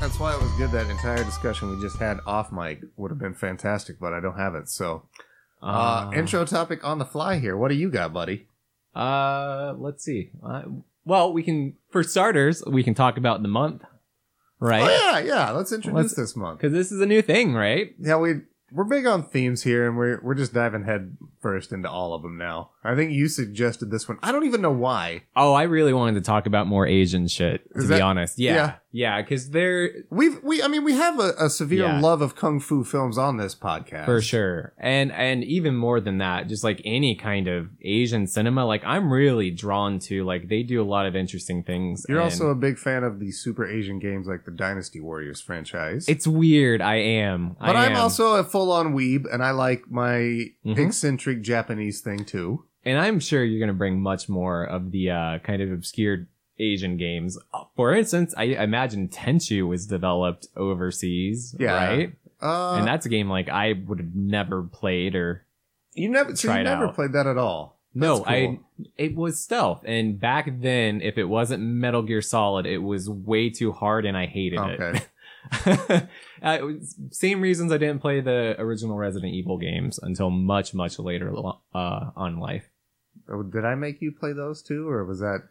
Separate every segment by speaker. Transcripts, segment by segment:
Speaker 1: That's why it was good. That entire discussion we just had off mic would have been fantastic, but I don't have it. So,
Speaker 2: Uh,
Speaker 1: uh, intro topic on the fly here. What do you got, buddy?
Speaker 2: Uh, let's see. Uh, well, we can for starters we can talk about the month, right?
Speaker 1: Oh yeah, yeah. Let's introduce
Speaker 2: Let's-
Speaker 1: this month.
Speaker 2: Because this is a new thing, right?
Speaker 1: Yeah, we we're big on themes here, and we're we're just diving head first into all of them now. I think you suggested this one. I don't even know why.
Speaker 2: Oh, I really wanted to talk about more Asian shit. To
Speaker 1: Is
Speaker 2: be
Speaker 1: that-
Speaker 2: honest, yeah, yeah, because they're
Speaker 1: We've we I mean we have a, a severe
Speaker 2: Yeah.
Speaker 1: love of kung fu films on this podcast
Speaker 2: for sure, and and even more than that, just like any kind of Asian cinema, like I'm really drawn to. Like they do a lot of interesting things.
Speaker 1: You're
Speaker 2: and
Speaker 1: also a big fan of the super Asian games like the Dynasty Warriors franchise.
Speaker 2: it's weird. I am,
Speaker 1: but
Speaker 2: I
Speaker 1: I'm
Speaker 2: am.
Speaker 1: also a full on weeb, and I like my
Speaker 2: Mhm.
Speaker 1: eccentric Japanese thing too.
Speaker 2: and I'm sure you're going to bring much more of the uh, kind of obscured Asian games. For instance, I imagine Tenchu was developed overseas,
Speaker 1: Yeah.
Speaker 2: right?
Speaker 1: Uh,
Speaker 2: and that's a game like I would have never played or
Speaker 1: you never so
Speaker 2: try
Speaker 1: you
Speaker 2: it
Speaker 1: never
Speaker 2: out.
Speaker 1: played that at all.
Speaker 2: no,
Speaker 1: That's
Speaker 2: I
Speaker 1: cool.
Speaker 2: it was stealth, and back then, if it wasn't Metal Gear Solid, it was way too hard, and I hated
Speaker 1: Okay.
Speaker 2: it. uh, it was- same reasons I didn't play the original Resident Evil games until much, much later lo- uh, on life.
Speaker 1: Oh, Did I make you play those too, or was that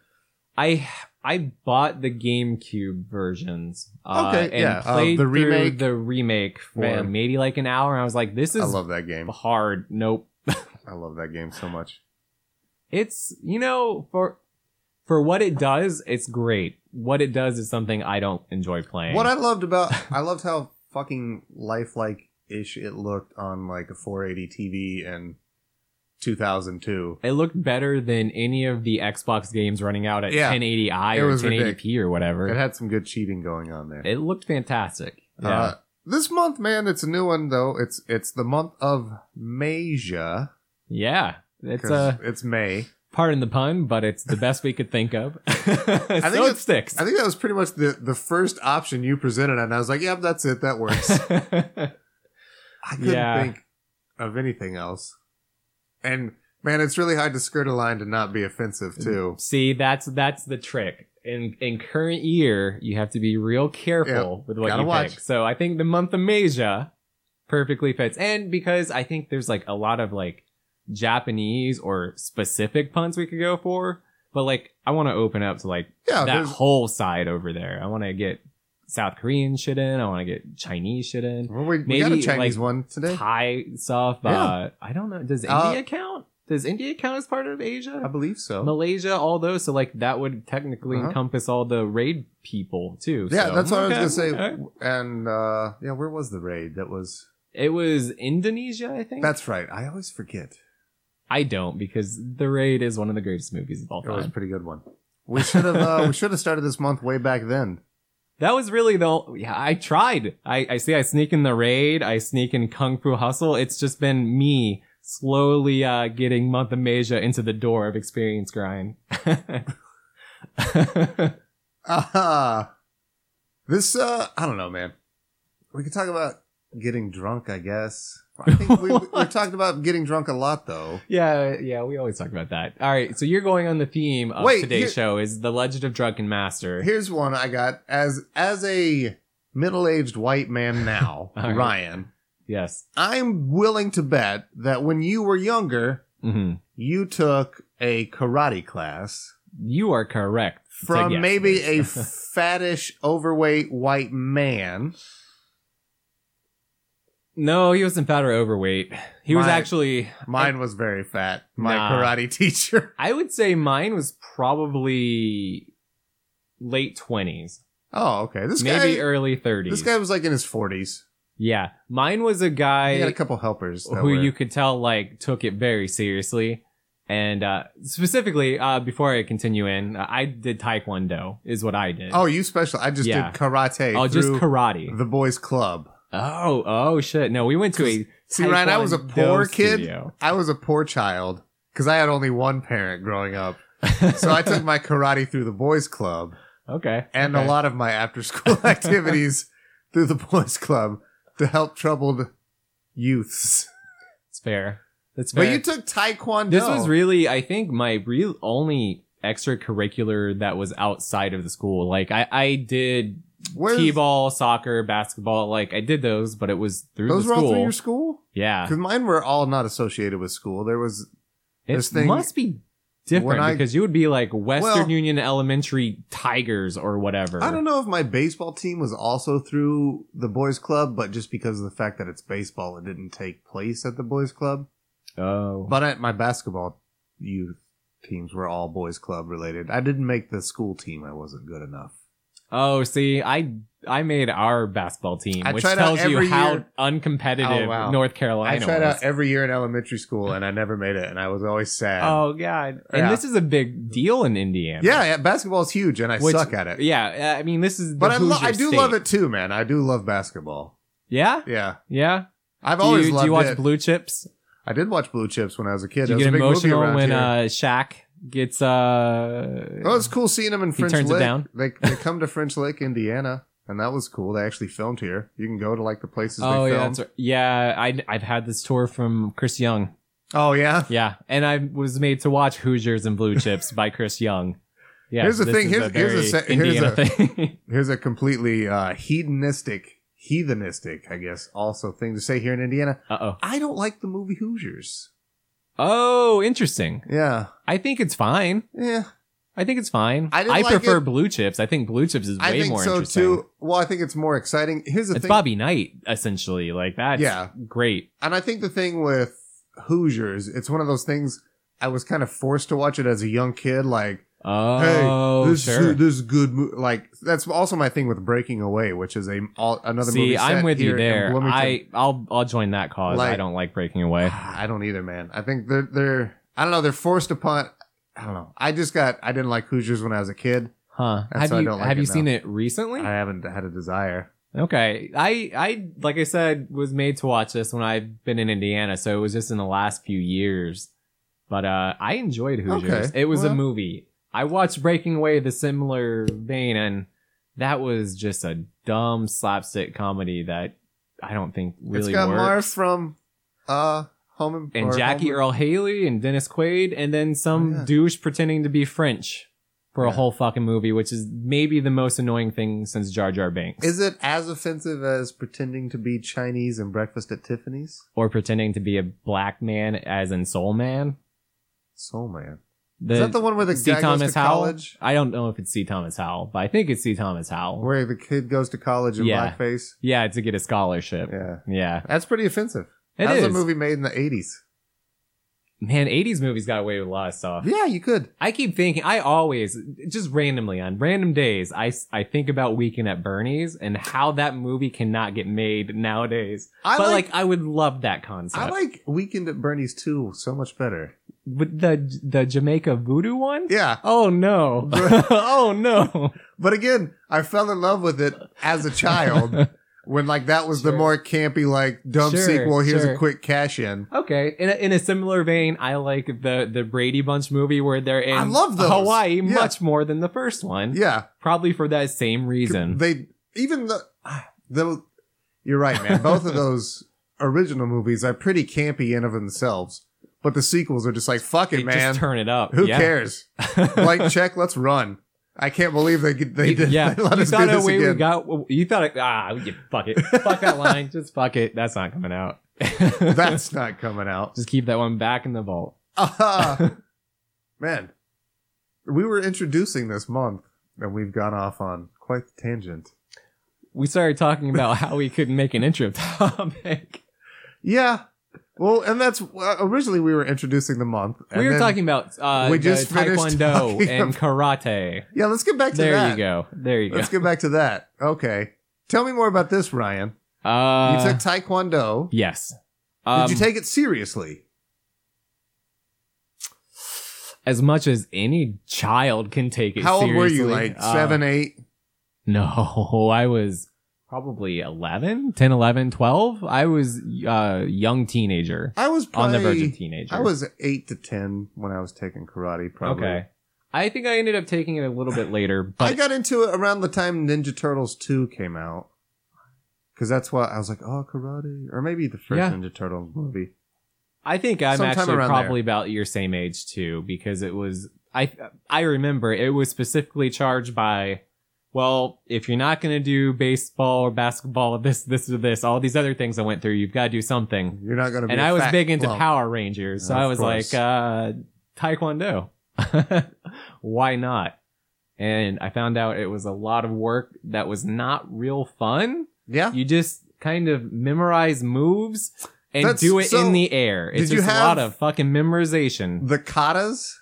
Speaker 2: I I bought the GameCube versions. Uh,
Speaker 1: Okay,
Speaker 2: and
Speaker 1: yeah, uh,
Speaker 2: played
Speaker 1: the
Speaker 2: through
Speaker 1: remake.
Speaker 2: the remake for
Speaker 1: Man.
Speaker 2: maybe like an hour. And I was like, this
Speaker 1: I
Speaker 2: is
Speaker 1: love that game.
Speaker 2: hard. Nope.
Speaker 1: I love that game so much.
Speaker 2: It's you know for for what it does, it's great. What it does is something I don't enjoy playing.
Speaker 1: What I loved about I loved how fucking lifelike ish it looked on like a 480 TV in 2002.
Speaker 2: it looked better than any of the Xbox games running out at
Speaker 1: Yeah.
Speaker 2: 1080i
Speaker 1: It
Speaker 2: or
Speaker 1: was
Speaker 2: 1080p or
Speaker 1: It
Speaker 2: whatever.
Speaker 1: had some good cheating going on there.
Speaker 2: It looked fantastic. Yeah.
Speaker 1: Uh, this month, man, it's a new one though. It's it's the month of Masia.
Speaker 2: yeah. It's
Speaker 1: 'cause
Speaker 2: uh,
Speaker 1: it's May.
Speaker 2: pardon the pun, but it's the best we could think of. so
Speaker 1: think
Speaker 2: it
Speaker 1: it's-
Speaker 2: sticks.
Speaker 1: I think that was pretty much the the first option you presented, and I was like, "Yep, that's it. That works." I couldn't
Speaker 2: Yeah.
Speaker 1: think of anything else. And man, it's really hard to skirt a line to not be offensive
Speaker 2: Mm.
Speaker 1: too.
Speaker 2: See, that's that's the trick. In in current year, you have to be real careful with what
Speaker 1: Gotta
Speaker 2: you
Speaker 1: watch.
Speaker 2: pick. So I think the month of Meija perfectly fits, and because I think there's like a lot of like Japanese or specific puns we could go for, but like I want to open up to like
Speaker 1: Yeah,
Speaker 2: that
Speaker 1: there's
Speaker 2: whole side over there. I want to get South Korean shit in. I want to get Chinese shit in.
Speaker 1: Well, we, we got a
Speaker 2: Maybe,
Speaker 1: Chinese
Speaker 2: like,
Speaker 1: one today.
Speaker 2: Thai stuff. Uh,
Speaker 1: Yeah.
Speaker 2: I don't know. Does
Speaker 1: Uh,
Speaker 2: India count? Does India count as part of Asia?
Speaker 1: I believe so.
Speaker 2: Malaysia, all those. So like that would technically
Speaker 1: Oh. Uh-huh.
Speaker 2: encompass all the raid people too.
Speaker 1: Yeah,
Speaker 2: So-
Speaker 1: that's what I
Speaker 2: Okay,
Speaker 1: was gonna say.
Speaker 2: okay.
Speaker 1: And uh, yeah, where was the raid? That was.
Speaker 2: It was Indonesia, I think.
Speaker 1: That's right. I always forget.
Speaker 2: I don't because the raid is one of the greatest movies of all
Speaker 1: It was a
Speaker 2: time.
Speaker 1: pretty good one. We should have uh, we should have started this month way back then.
Speaker 2: that was really the. ol- Yeah, I tried. I I see. I sneak in the raid. I sneak in Kung Fu Hustle. It's just been me slowly uh, getting Month of Asia into the door of Experience Grind.
Speaker 1: Uh, this uh, I don't know, man. We could talk about getting drunk, I guess. I think we, we
Speaker 2: What?
Speaker 1: talked about getting drunk a lot though.
Speaker 2: Yeah, yeah, we always talk about that. All right, so you're going on the theme of
Speaker 1: Wait,
Speaker 2: today's
Speaker 1: here-
Speaker 2: show is the Legend of Drunken Master.
Speaker 1: Here's one I got as as a middle aged white man now,
Speaker 2: All right.
Speaker 1: Ryan.
Speaker 2: yes.
Speaker 1: I'm willing to bet that when you were younger,
Speaker 2: hmm
Speaker 1: you took a karate class
Speaker 2: You are correct. to
Speaker 1: from
Speaker 2: guess
Speaker 1: maybe a
Speaker 2: this.
Speaker 1: faddish, overweight white man.
Speaker 2: no, he wasn't fat or overweight. He was
Speaker 1: My-
Speaker 2: actually.
Speaker 1: Mine was very fat. My
Speaker 2: Nah.
Speaker 1: karate teacher.
Speaker 2: I would say mine was probably late twenties,
Speaker 1: Oh, okay. This
Speaker 2: maybe
Speaker 1: guy.
Speaker 2: early
Speaker 1: this
Speaker 2: thirties.
Speaker 1: guy was like in his forties.
Speaker 2: yeah, mine was a guy.
Speaker 1: He had a couple helpers. that
Speaker 2: who
Speaker 1: were-
Speaker 2: you could tell like took it very seriously. And uh, specifically, uh, before I continue in, uh, I did Taekwondo is what I did.
Speaker 1: Oh, you special. I just
Speaker 2: Yeah.
Speaker 1: did karate.
Speaker 2: oh, just
Speaker 1: through
Speaker 2: karate.
Speaker 1: the boys' club.
Speaker 2: Oh, oh shit! No, we went to a
Speaker 1: See, Ryan, I was a poor
Speaker 2: Taekwondo
Speaker 1: kid.
Speaker 2: studio.
Speaker 1: I was a poor child because I had only one parent growing up. So I took my karate through the boys' club
Speaker 2: okay,
Speaker 1: and
Speaker 2: okay.
Speaker 1: a lot of my after-school activities through the boys' club to help troubled youths.
Speaker 2: It's fair. That's fair.
Speaker 1: But you took taekwondo.
Speaker 2: this was really, I think, my real only extracurricular that was outside of the school. Like I, I did
Speaker 1: Where's,
Speaker 2: T-ball, soccer, basketball. Like I did those, but it was through
Speaker 1: those
Speaker 2: the
Speaker 1: were all
Speaker 2: school.
Speaker 1: through your school?
Speaker 2: yeah,
Speaker 1: Because mine were all not associated with school. There was
Speaker 2: it
Speaker 1: this thing-
Speaker 2: must be
Speaker 1: When
Speaker 2: different
Speaker 1: I-
Speaker 2: because you would be like Western
Speaker 1: Well-
Speaker 2: Union Elementary Tigers or whatever.
Speaker 1: I don't know if my baseball team was also through the boys club, but just because of the fact that it's baseball, it didn't take place at the boys club.
Speaker 2: Oh,
Speaker 1: But at my basketball youth teams were all boys club related. I didn't make the school team. I wasn't good enough.
Speaker 2: oh, see, I I made our basketball team,
Speaker 1: I
Speaker 2: which
Speaker 1: tried out
Speaker 2: tells you
Speaker 1: every
Speaker 2: how
Speaker 1: year-
Speaker 2: uncompetitive
Speaker 1: Oh, wow.
Speaker 2: North
Speaker 1: I,
Speaker 2: Carolina
Speaker 1: tried
Speaker 2: was.
Speaker 1: out every year in elementary school and I never made it, and I was always sad.
Speaker 2: oh God, and
Speaker 1: Yeah.
Speaker 2: this is a big deal in Indiana.
Speaker 1: yeah, yeah, basketball's huge, and I
Speaker 2: Which-
Speaker 1: suck at it.
Speaker 2: yeah. I mean, this is the
Speaker 1: but I, lo-
Speaker 2: Hoosier
Speaker 1: I do
Speaker 2: state.
Speaker 1: love it too, man. I do love basketball.
Speaker 2: Yeah,
Speaker 1: Yeah,
Speaker 2: yeah.
Speaker 1: I've
Speaker 2: Do
Speaker 1: always
Speaker 2: you,
Speaker 1: loved
Speaker 2: do you watch
Speaker 1: it.
Speaker 2: Blue Chips?
Speaker 1: I did watch Blue Chips when I was a kid.
Speaker 2: Do
Speaker 1: It
Speaker 2: you
Speaker 1: was a
Speaker 2: get
Speaker 1: big movie
Speaker 2: emotional
Speaker 1: around
Speaker 2: when
Speaker 1: here.
Speaker 2: uh, Shaq gets uh?
Speaker 1: Oh, it's cool seeing them in
Speaker 2: He
Speaker 1: French
Speaker 2: turns it
Speaker 1: Lick.
Speaker 2: down?
Speaker 1: They they come to French Lake, Indiana, and that was cool. They actually filmed here. You can go to like the places
Speaker 2: Oh
Speaker 1: they
Speaker 2: yeah,
Speaker 1: filmed.
Speaker 2: that's right. yeah. I I've had this tour from Chris Young.
Speaker 1: Oh yeah.
Speaker 2: Yeah, and I was made to watch Hoosiers and Blue Chips by Chris Young. Yeah,
Speaker 1: Here's the
Speaker 2: this
Speaker 1: thing,
Speaker 2: is
Speaker 1: here's- here's a
Speaker 2: very
Speaker 1: se- here's
Speaker 2: Indiana
Speaker 1: a-
Speaker 2: thing.
Speaker 1: Here's a completely uh, hedonistic, heathenistic, I guess, also thing to say here in Indiana.
Speaker 2: uh oh.
Speaker 1: I don't like the movie Hoosiers.
Speaker 2: Oh, interesting.
Speaker 1: Yeah,
Speaker 2: I think it's fine.
Speaker 1: yeah,
Speaker 2: I think it's fine.
Speaker 1: I
Speaker 2: I,
Speaker 1: didn't like
Speaker 2: prefer
Speaker 1: it.
Speaker 2: Blue Chips. I think Blue Chips is way
Speaker 1: I think
Speaker 2: more
Speaker 1: so
Speaker 2: interesting.
Speaker 1: too. Well, I think it's more exciting. Here's the
Speaker 2: It's
Speaker 1: thing,
Speaker 2: Bobby Knight essentially. Like that's
Speaker 1: Yeah.
Speaker 2: great.
Speaker 1: and I think the thing with Hoosiers, it's one of those things. I was kind of forced to watch it as a young kid, like.
Speaker 2: Oh,
Speaker 1: hey, this
Speaker 2: sure.
Speaker 1: is, this is good. Mo-. Like that's also my thing with Breaking Away, which is a all, another movie.
Speaker 2: See, I'm
Speaker 1: set
Speaker 2: with you
Speaker 1: here in
Speaker 2: there.
Speaker 1: Bloomington.
Speaker 2: I I'll I'll join that cause. I
Speaker 1: Like-
Speaker 2: don't like breaking away.
Speaker 1: I don't either, man. I think they're they're I don't know. They're forced upon. I don't know. I just got I didn't like Hoosiers when I was a kid.
Speaker 2: Huh?
Speaker 1: And
Speaker 2: have
Speaker 1: so I
Speaker 2: you
Speaker 1: don't like
Speaker 2: have
Speaker 1: it
Speaker 2: you
Speaker 1: now.
Speaker 2: seen it recently?
Speaker 1: I haven't had a desire.
Speaker 2: okay. I I like I said was made to watch this when I've been in Indiana, so it was just in the last few years. But uh, I enjoyed Hoosiers.
Speaker 1: Okay,
Speaker 2: It was a
Speaker 1: well.
Speaker 2: movie. I watched Breaking Away the similar vein, and that was just a dumb slapstick comedy that I don't think really
Speaker 1: it's got
Speaker 2: works.
Speaker 1: Marv from uh Home
Speaker 2: and
Speaker 1: or
Speaker 2: Jackie
Speaker 1: Home-
Speaker 2: Earl Haley and Dennis Quaid, and then some
Speaker 1: Oh, yeah.
Speaker 2: douche pretending to be French for a
Speaker 1: Yeah.
Speaker 2: whole fucking movie, which is maybe the most annoying thing since Jar Jar Binks,
Speaker 1: Is it as offensive as pretending to be Chinese and Breakfast at Tiffany's?
Speaker 2: or pretending to be a black man as in Soul Man.
Speaker 1: Soul Man.
Speaker 2: The,
Speaker 1: is that the one where the
Speaker 2: C.
Speaker 1: guy
Speaker 2: Thomas
Speaker 1: goes to
Speaker 2: Howell?
Speaker 1: college?
Speaker 2: I don't know if it's C. Thomas Howell, but I think it's C. Thomas Howell.
Speaker 1: Where the kid goes to college in
Speaker 2: Yeah.
Speaker 1: blackface?
Speaker 2: yeah, to get a scholarship.
Speaker 1: Yeah.
Speaker 2: Yeah,
Speaker 1: That's pretty offensive.
Speaker 2: it
Speaker 1: that
Speaker 2: is.
Speaker 1: was a movie made in the 80s.
Speaker 2: Man, '80s movies got away with a lot of stuff.
Speaker 1: Yeah, you could.
Speaker 2: I keep thinking, I always, just randomly on random days, I, I think about Weekend at Bernie's and how that movie cannot get made nowadays.
Speaker 1: I
Speaker 2: but
Speaker 1: like,
Speaker 2: like, I would love that concept.
Speaker 1: I like Weekend at Bernie's too so much better.
Speaker 2: With the, the Jamaica voodoo one?
Speaker 1: Yeah,
Speaker 2: Oh no. oh no.
Speaker 1: but again, I fell in love with it as a child when like that was
Speaker 2: Sure.
Speaker 1: the more campy like dumb
Speaker 2: Sure,
Speaker 1: sequel. Here's
Speaker 2: sure.
Speaker 1: a quick cash in.
Speaker 2: Okay. In a, in a similar vein, I like the, the Brady Bunch movie where they're in
Speaker 1: I love those.
Speaker 2: Hawaii
Speaker 1: Yeah.
Speaker 2: much more than the first one.
Speaker 1: Yeah,
Speaker 2: Probably for that same reason.
Speaker 1: they even the the you're right, man. Both of those original movies are pretty campy in of themselves, but the sequels are just like fuck
Speaker 2: They
Speaker 1: it, man.
Speaker 2: just turn it up.
Speaker 1: Who
Speaker 2: yeah.
Speaker 1: cares? Blank check. Let's run. I can't believe they they
Speaker 2: You-
Speaker 1: did.
Speaker 2: yeah,
Speaker 1: they let
Speaker 2: you
Speaker 1: us
Speaker 2: thought
Speaker 1: do this
Speaker 2: a way
Speaker 1: again.
Speaker 2: we got. You thought it, ah, you- fuck it, fuck that line, just fuck it. That's not coming out.
Speaker 1: That's not coming out.
Speaker 2: just keep that one back in the vault.
Speaker 1: Uh, man, we were introducing this month, and we've gone off on quite the tangent.
Speaker 2: We started talking about how we couldn't make an intro topic.
Speaker 1: Yeah. Well, and that's uh, originally we were introducing the month. and
Speaker 2: we were
Speaker 1: then-
Speaker 2: talking about uh,
Speaker 1: we
Speaker 2: the
Speaker 1: just finished
Speaker 2: taekwondo
Speaker 1: talking
Speaker 2: and karate.
Speaker 1: Yeah, let's get back to
Speaker 2: There
Speaker 1: that.
Speaker 2: you go. There you
Speaker 1: Let's get back to that. Okay. Tell me more about this, Ryan.
Speaker 2: go. Uh,
Speaker 1: you took Taekwondo.
Speaker 2: yes. Um,
Speaker 1: Did you take it seriously?
Speaker 2: as much as any child can take it?
Speaker 1: How old were you?
Speaker 2: seriously.
Speaker 1: Like
Speaker 2: Uh,
Speaker 1: seven, eight?
Speaker 2: No, I was probably 11, 10, 11, 12. I was a uh, young teenager,
Speaker 1: I was
Speaker 2: on
Speaker 1: probably,
Speaker 2: the verge of teenager.
Speaker 1: I was eight to ten when I was taking karate. Probably.
Speaker 2: Okay. I think I ended up taking it a little bit later,
Speaker 1: I
Speaker 2: but
Speaker 1: got into it around the time Ninja Turtles 2 came out. Because that's why I was like, oh, karate. Or maybe the first
Speaker 2: Yeah.
Speaker 1: Ninja Turtles movie.
Speaker 2: I think I'm
Speaker 1: Sometime
Speaker 2: actually
Speaker 1: around there.
Speaker 2: probably about your same age too, because it was, I, I remember it was specifically charged by well, if you're not going to do baseball or basketball, this, this, or this, all these other things I went through, you've got to do something.
Speaker 1: You're not gonna. Be
Speaker 2: And
Speaker 1: I
Speaker 2: I was big into Power Rangers. So
Speaker 1: Of
Speaker 2: I was
Speaker 1: course.
Speaker 2: like, uh, Taekwondo. Why not? And I found out it was a lot of work that was not real fun.
Speaker 1: Yeah.
Speaker 2: You just kind of memorize moves and
Speaker 1: That's-
Speaker 2: do it
Speaker 1: so,
Speaker 2: in the air. It's
Speaker 1: did you
Speaker 2: just a
Speaker 1: have-
Speaker 2: lot of fucking memorization.
Speaker 1: The katas.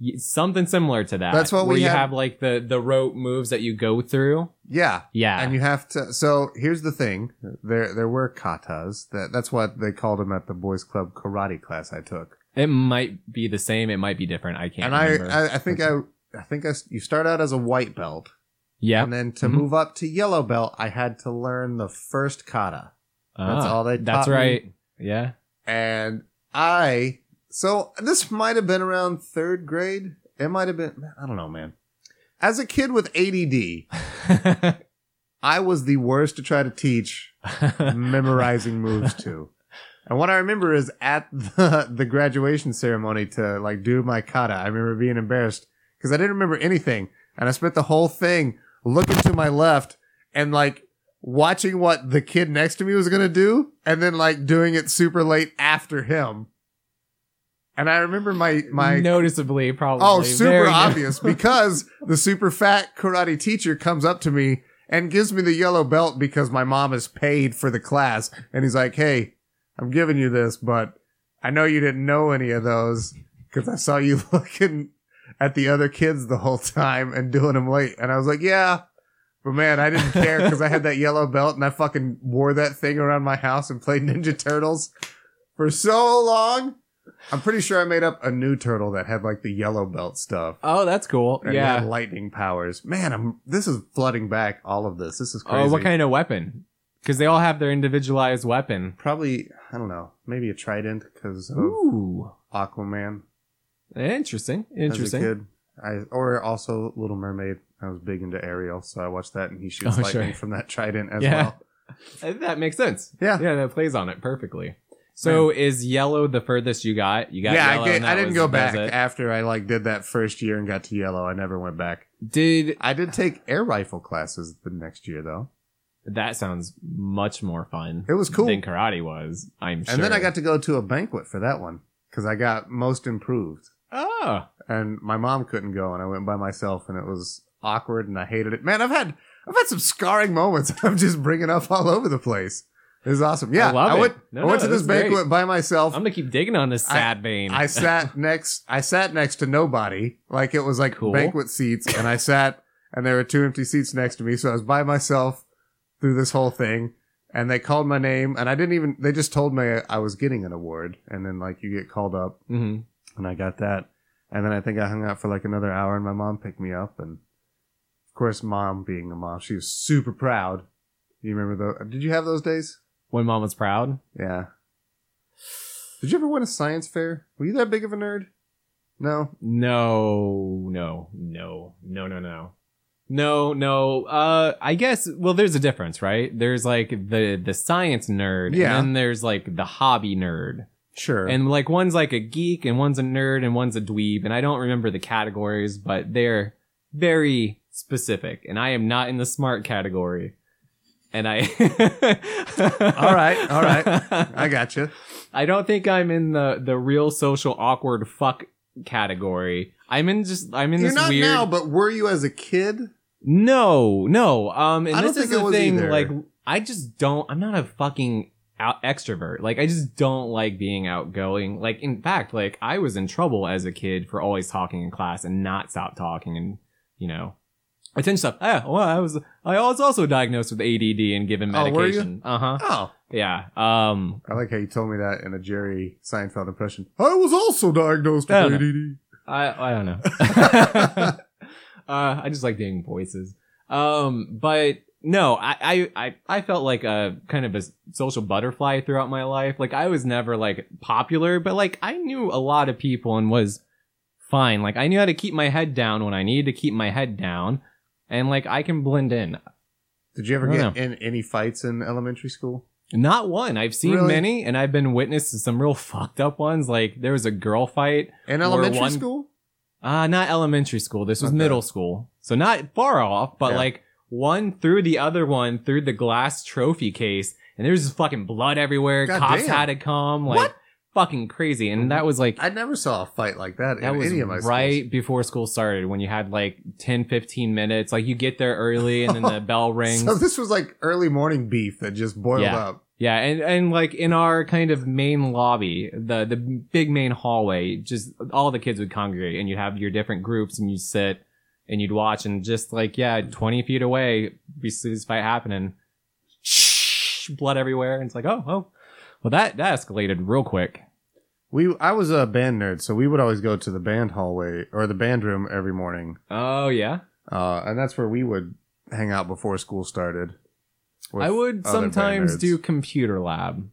Speaker 2: Y- Something similar to that.
Speaker 1: That's what
Speaker 2: where
Speaker 1: we
Speaker 2: you
Speaker 1: had-
Speaker 2: have like the the rope moves that you go through.
Speaker 1: Yeah.
Speaker 2: Yeah.
Speaker 1: And you have to. So here's the thing: there there were katas. That that's what they called them at the boys' club karate class I took.
Speaker 2: It might be the same. It might be different. I can't.
Speaker 1: and I,
Speaker 2: remember.
Speaker 1: I I think I I think I s you start out as a white belt,
Speaker 2: yeah.
Speaker 1: and then to
Speaker 2: Mhm.
Speaker 1: move up to yellow belt, I had to learn the first kata, that's all they
Speaker 2: That's
Speaker 1: taught me.
Speaker 2: right. Ah, Yeah.
Speaker 1: and I so this might have been around third grade. It might have been I don't know, man. As a kid with ADD, I was the worst to try to teach memorizing moves to. And what I remember is at the, the graduation ceremony to like do my kata, I remember being embarrassed because I didn't remember anything. And I spent the whole thing looking to my left and like watching what the kid next to me was going to do and then like doing it super late after him. And I remember my, my,
Speaker 2: noticeably probably.
Speaker 1: Oh,
Speaker 2: Very
Speaker 1: super
Speaker 2: no-
Speaker 1: obvious because the super fat karate teacher comes up to me and gives me the yellow belt because my mom is paid for the class. And he's like, Hey, I'm giving you this, but I know you didn't know any of those because I saw you looking at the other kids the whole time and doing them late. And I was like, Yeah. But man, I didn't care because I had that yellow belt and I fucking wore that thing around my house and played Ninja Turtles for so long. I'm pretty sure I made up a new turtle that had like the yellow belt stuff.
Speaker 2: Oh, that's cool.
Speaker 1: And it had
Speaker 2: yeah.
Speaker 1: lightning powers. Man, I'm this is flooding back all of this. This is crazy.
Speaker 2: Oh, what kind of weapon? Because they all have their individualized weapon.
Speaker 1: Probably I don't know. Maybe a trident because of
Speaker 2: Ooh,
Speaker 1: Aquaman.
Speaker 2: interesting. Interesting.
Speaker 1: As a kid. I or also Little Mermaid. I was big into Ariel, so I watched that and he shoots
Speaker 2: Oh,
Speaker 1: lightning
Speaker 2: sure.
Speaker 1: from that trident as
Speaker 2: Yeah.
Speaker 1: well.
Speaker 2: Uh, That makes sense.
Speaker 1: Yeah.
Speaker 2: Yeah, that plays on it perfectly. So is yellow the furthest you got? You got
Speaker 1: yeah,
Speaker 2: yellow
Speaker 1: I, get,
Speaker 2: and that
Speaker 1: I didn't
Speaker 2: was-
Speaker 1: go
Speaker 2: that
Speaker 1: back
Speaker 2: was
Speaker 1: after I like did that first year and got to yellow. I never went back.
Speaker 2: it. Did
Speaker 1: I did take air rifle classes the next year though.
Speaker 2: that sounds much more fun?
Speaker 1: It was cool.
Speaker 2: than karate was. I'm sure.
Speaker 1: And then I got to go to a banquet for that one because I got most improved.
Speaker 2: oh
Speaker 1: And my mom couldn't go, and I went by myself, and it was awkward, and I hated it. Man, I've had I've had some scarring moments. I'm just bringing up all over the place. It was awesome. Yeah,
Speaker 2: I love it.
Speaker 1: went.
Speaker 2: No,
Speaker 1: I went
Speaker 2: no,
Speaker 1: to this
Speaker 2: that's great.
Speaker 1: banquet by myself.
Speaker 2: I'm gonna keep digging on this
Speaker 1: I-
Speaker 2: sad vein.
Speaker 1: I sat next. I sat next to nobody. Like it was like
Speaker 2: Cool.
Speaker 1: banquet seats, and I sat, and there were two empty seats next to me. So I was by myself through this whole thing. And they called my name, and I didn't even. They just told me I was getting an award, and then like you get called up,
Speaker 2: Mhm.
Speaker 1: and I got that. And then I think I hung out for like another hour, and my mom picked me up, and of course, mom being a mom, she was super proud. You remember those? Did you have those days?
Speaker 2: When mom was proud.
Speaker 1: Yeah. Did you ever win a science fair? Were you that big of a nerd? No.
Speaker 2: No, no, no, no, no, no. No, no. Uh I guess well there's a difference, right? There's like the the science nerd
Speaker 1: Yeah.
Speaker 2: and then there's like the hobby nerd.
Speaker 1: Sure.
Speaker 2: And like one's like a geek and one's a nerd and one's a dweeb and I don't remember the categories, but they're very specific and I am not in the smart category. And I
Speaker 1: all right, all right.
Speaker 2: right.
Speaker 1: I gotcha.
Speaker 2: I don't think I'm in the the real social awkward fuck category. I'm in just I'm in
Speaker 1: You're
Speaker 2: this
Speaker 1: not
Speaker 2: weird.
Speaker 1: now, but were you as a kid?
Speaker 2: No, no. Um, and
Speaker 1: I
Speaker 2: this
Speaker 1: don't
Speaker 2: is
Speaker 1: think I
Speaker 2: the
Speaker 1: was
Speaker 2: thing.
Speaker 1: either.
Speaker 2: Like I just don't. I'm not a fucking out extrovert. Like I just don't like being outgoing. Like in fact, like I was in trouble as a kid for always talking in class and not stop talking and you know. Attention stuff. Ah, well, I was I was also diagnosed with ADD and given
Speaker 1: Oh, were you?
Speaker 2: medication. uh huh.
Speaker 1: Oh,
Speaker 2: Yeah. Um.
Speaker 1: I like how you told me that in a Jerry Seinfeld impression. I was also diagnosed with
Speaker 2: I don't know.
Speaker 1: ADD.
Speaker 2: I I don't know. uh, I just like doing voices. Um, but no, I, I I I felt like a kind of a social butterfly throughout my life. Like I was never like popular, but like I knew a lot of people and was fine. Like I knew how to keep my head down when I needed to keep my head down, and like I can blend in.
Speaker 1: Did you ever
Speaker 2: I
Speaker 1: get
Speaker 2: don't
Speaker 1: in any fights in elementary school?
Speaker 2: Not one. I've seen
Speaker 1: Really?
Speaker 2: many, and I've been witness to some real fucked up ones. Like there was a girl fight
Speaker 1: In
Speaker 2: Or
Speaker 1: elementary
Speaker 2: one-
Speaker 1: school?
Speaker 2: Uh, not elementary school. This was
Speaker 1: Okay.
Speaker 2: middle school. So not far off, but
Speaker 1: Yeah.
Speaker 2: like one through the other one through the glass trophy case, and there's just fucking blood everywhere.
Speaker 1: God
Speaker 2: Cops
Speaker 1: damn.
Speaker 2: had to come, like
Speaker 1: What?
Speaker 2: fucking crazy. And that was like
Speaker 1: I never saw a fight like that,
Speaker 2: that
Speaker 1: in
Speaker 2: was
Speaker 1: any of my
Speaker 2: right
Speaker 1: schools.
Speaker 2: before school started when you had like 10, 15 minutes. Like you get there early and then the bell rings.
Speaker 1: So this was like early morning beef that just boiled
Speaker 2: Yeah.
Speaker 1: up.
Speaker 2: Yeah, and, and like in our kind of main lobby, the the big main hallway, just all the kids would congregate and you'd have your different groups and you'd sit and you'd watch and just like, yeah, 20 feet away, we see this fight happening. Blood everywhere. And it's like, oh, oh. Well, that, that escalated real quick.
Speaker 1: We I was a band nerd, so we would always go to the band hallway or the band room every morning.
Speaker 2: Oh, yeah.
Speaker 1: Uh, and that's where we would hang out before school started. with
Speaker 2: I would
Speaker 1: other band
Speaker 2: sometimes
Speaker 1: nerds.
Speaker 2: do computer lab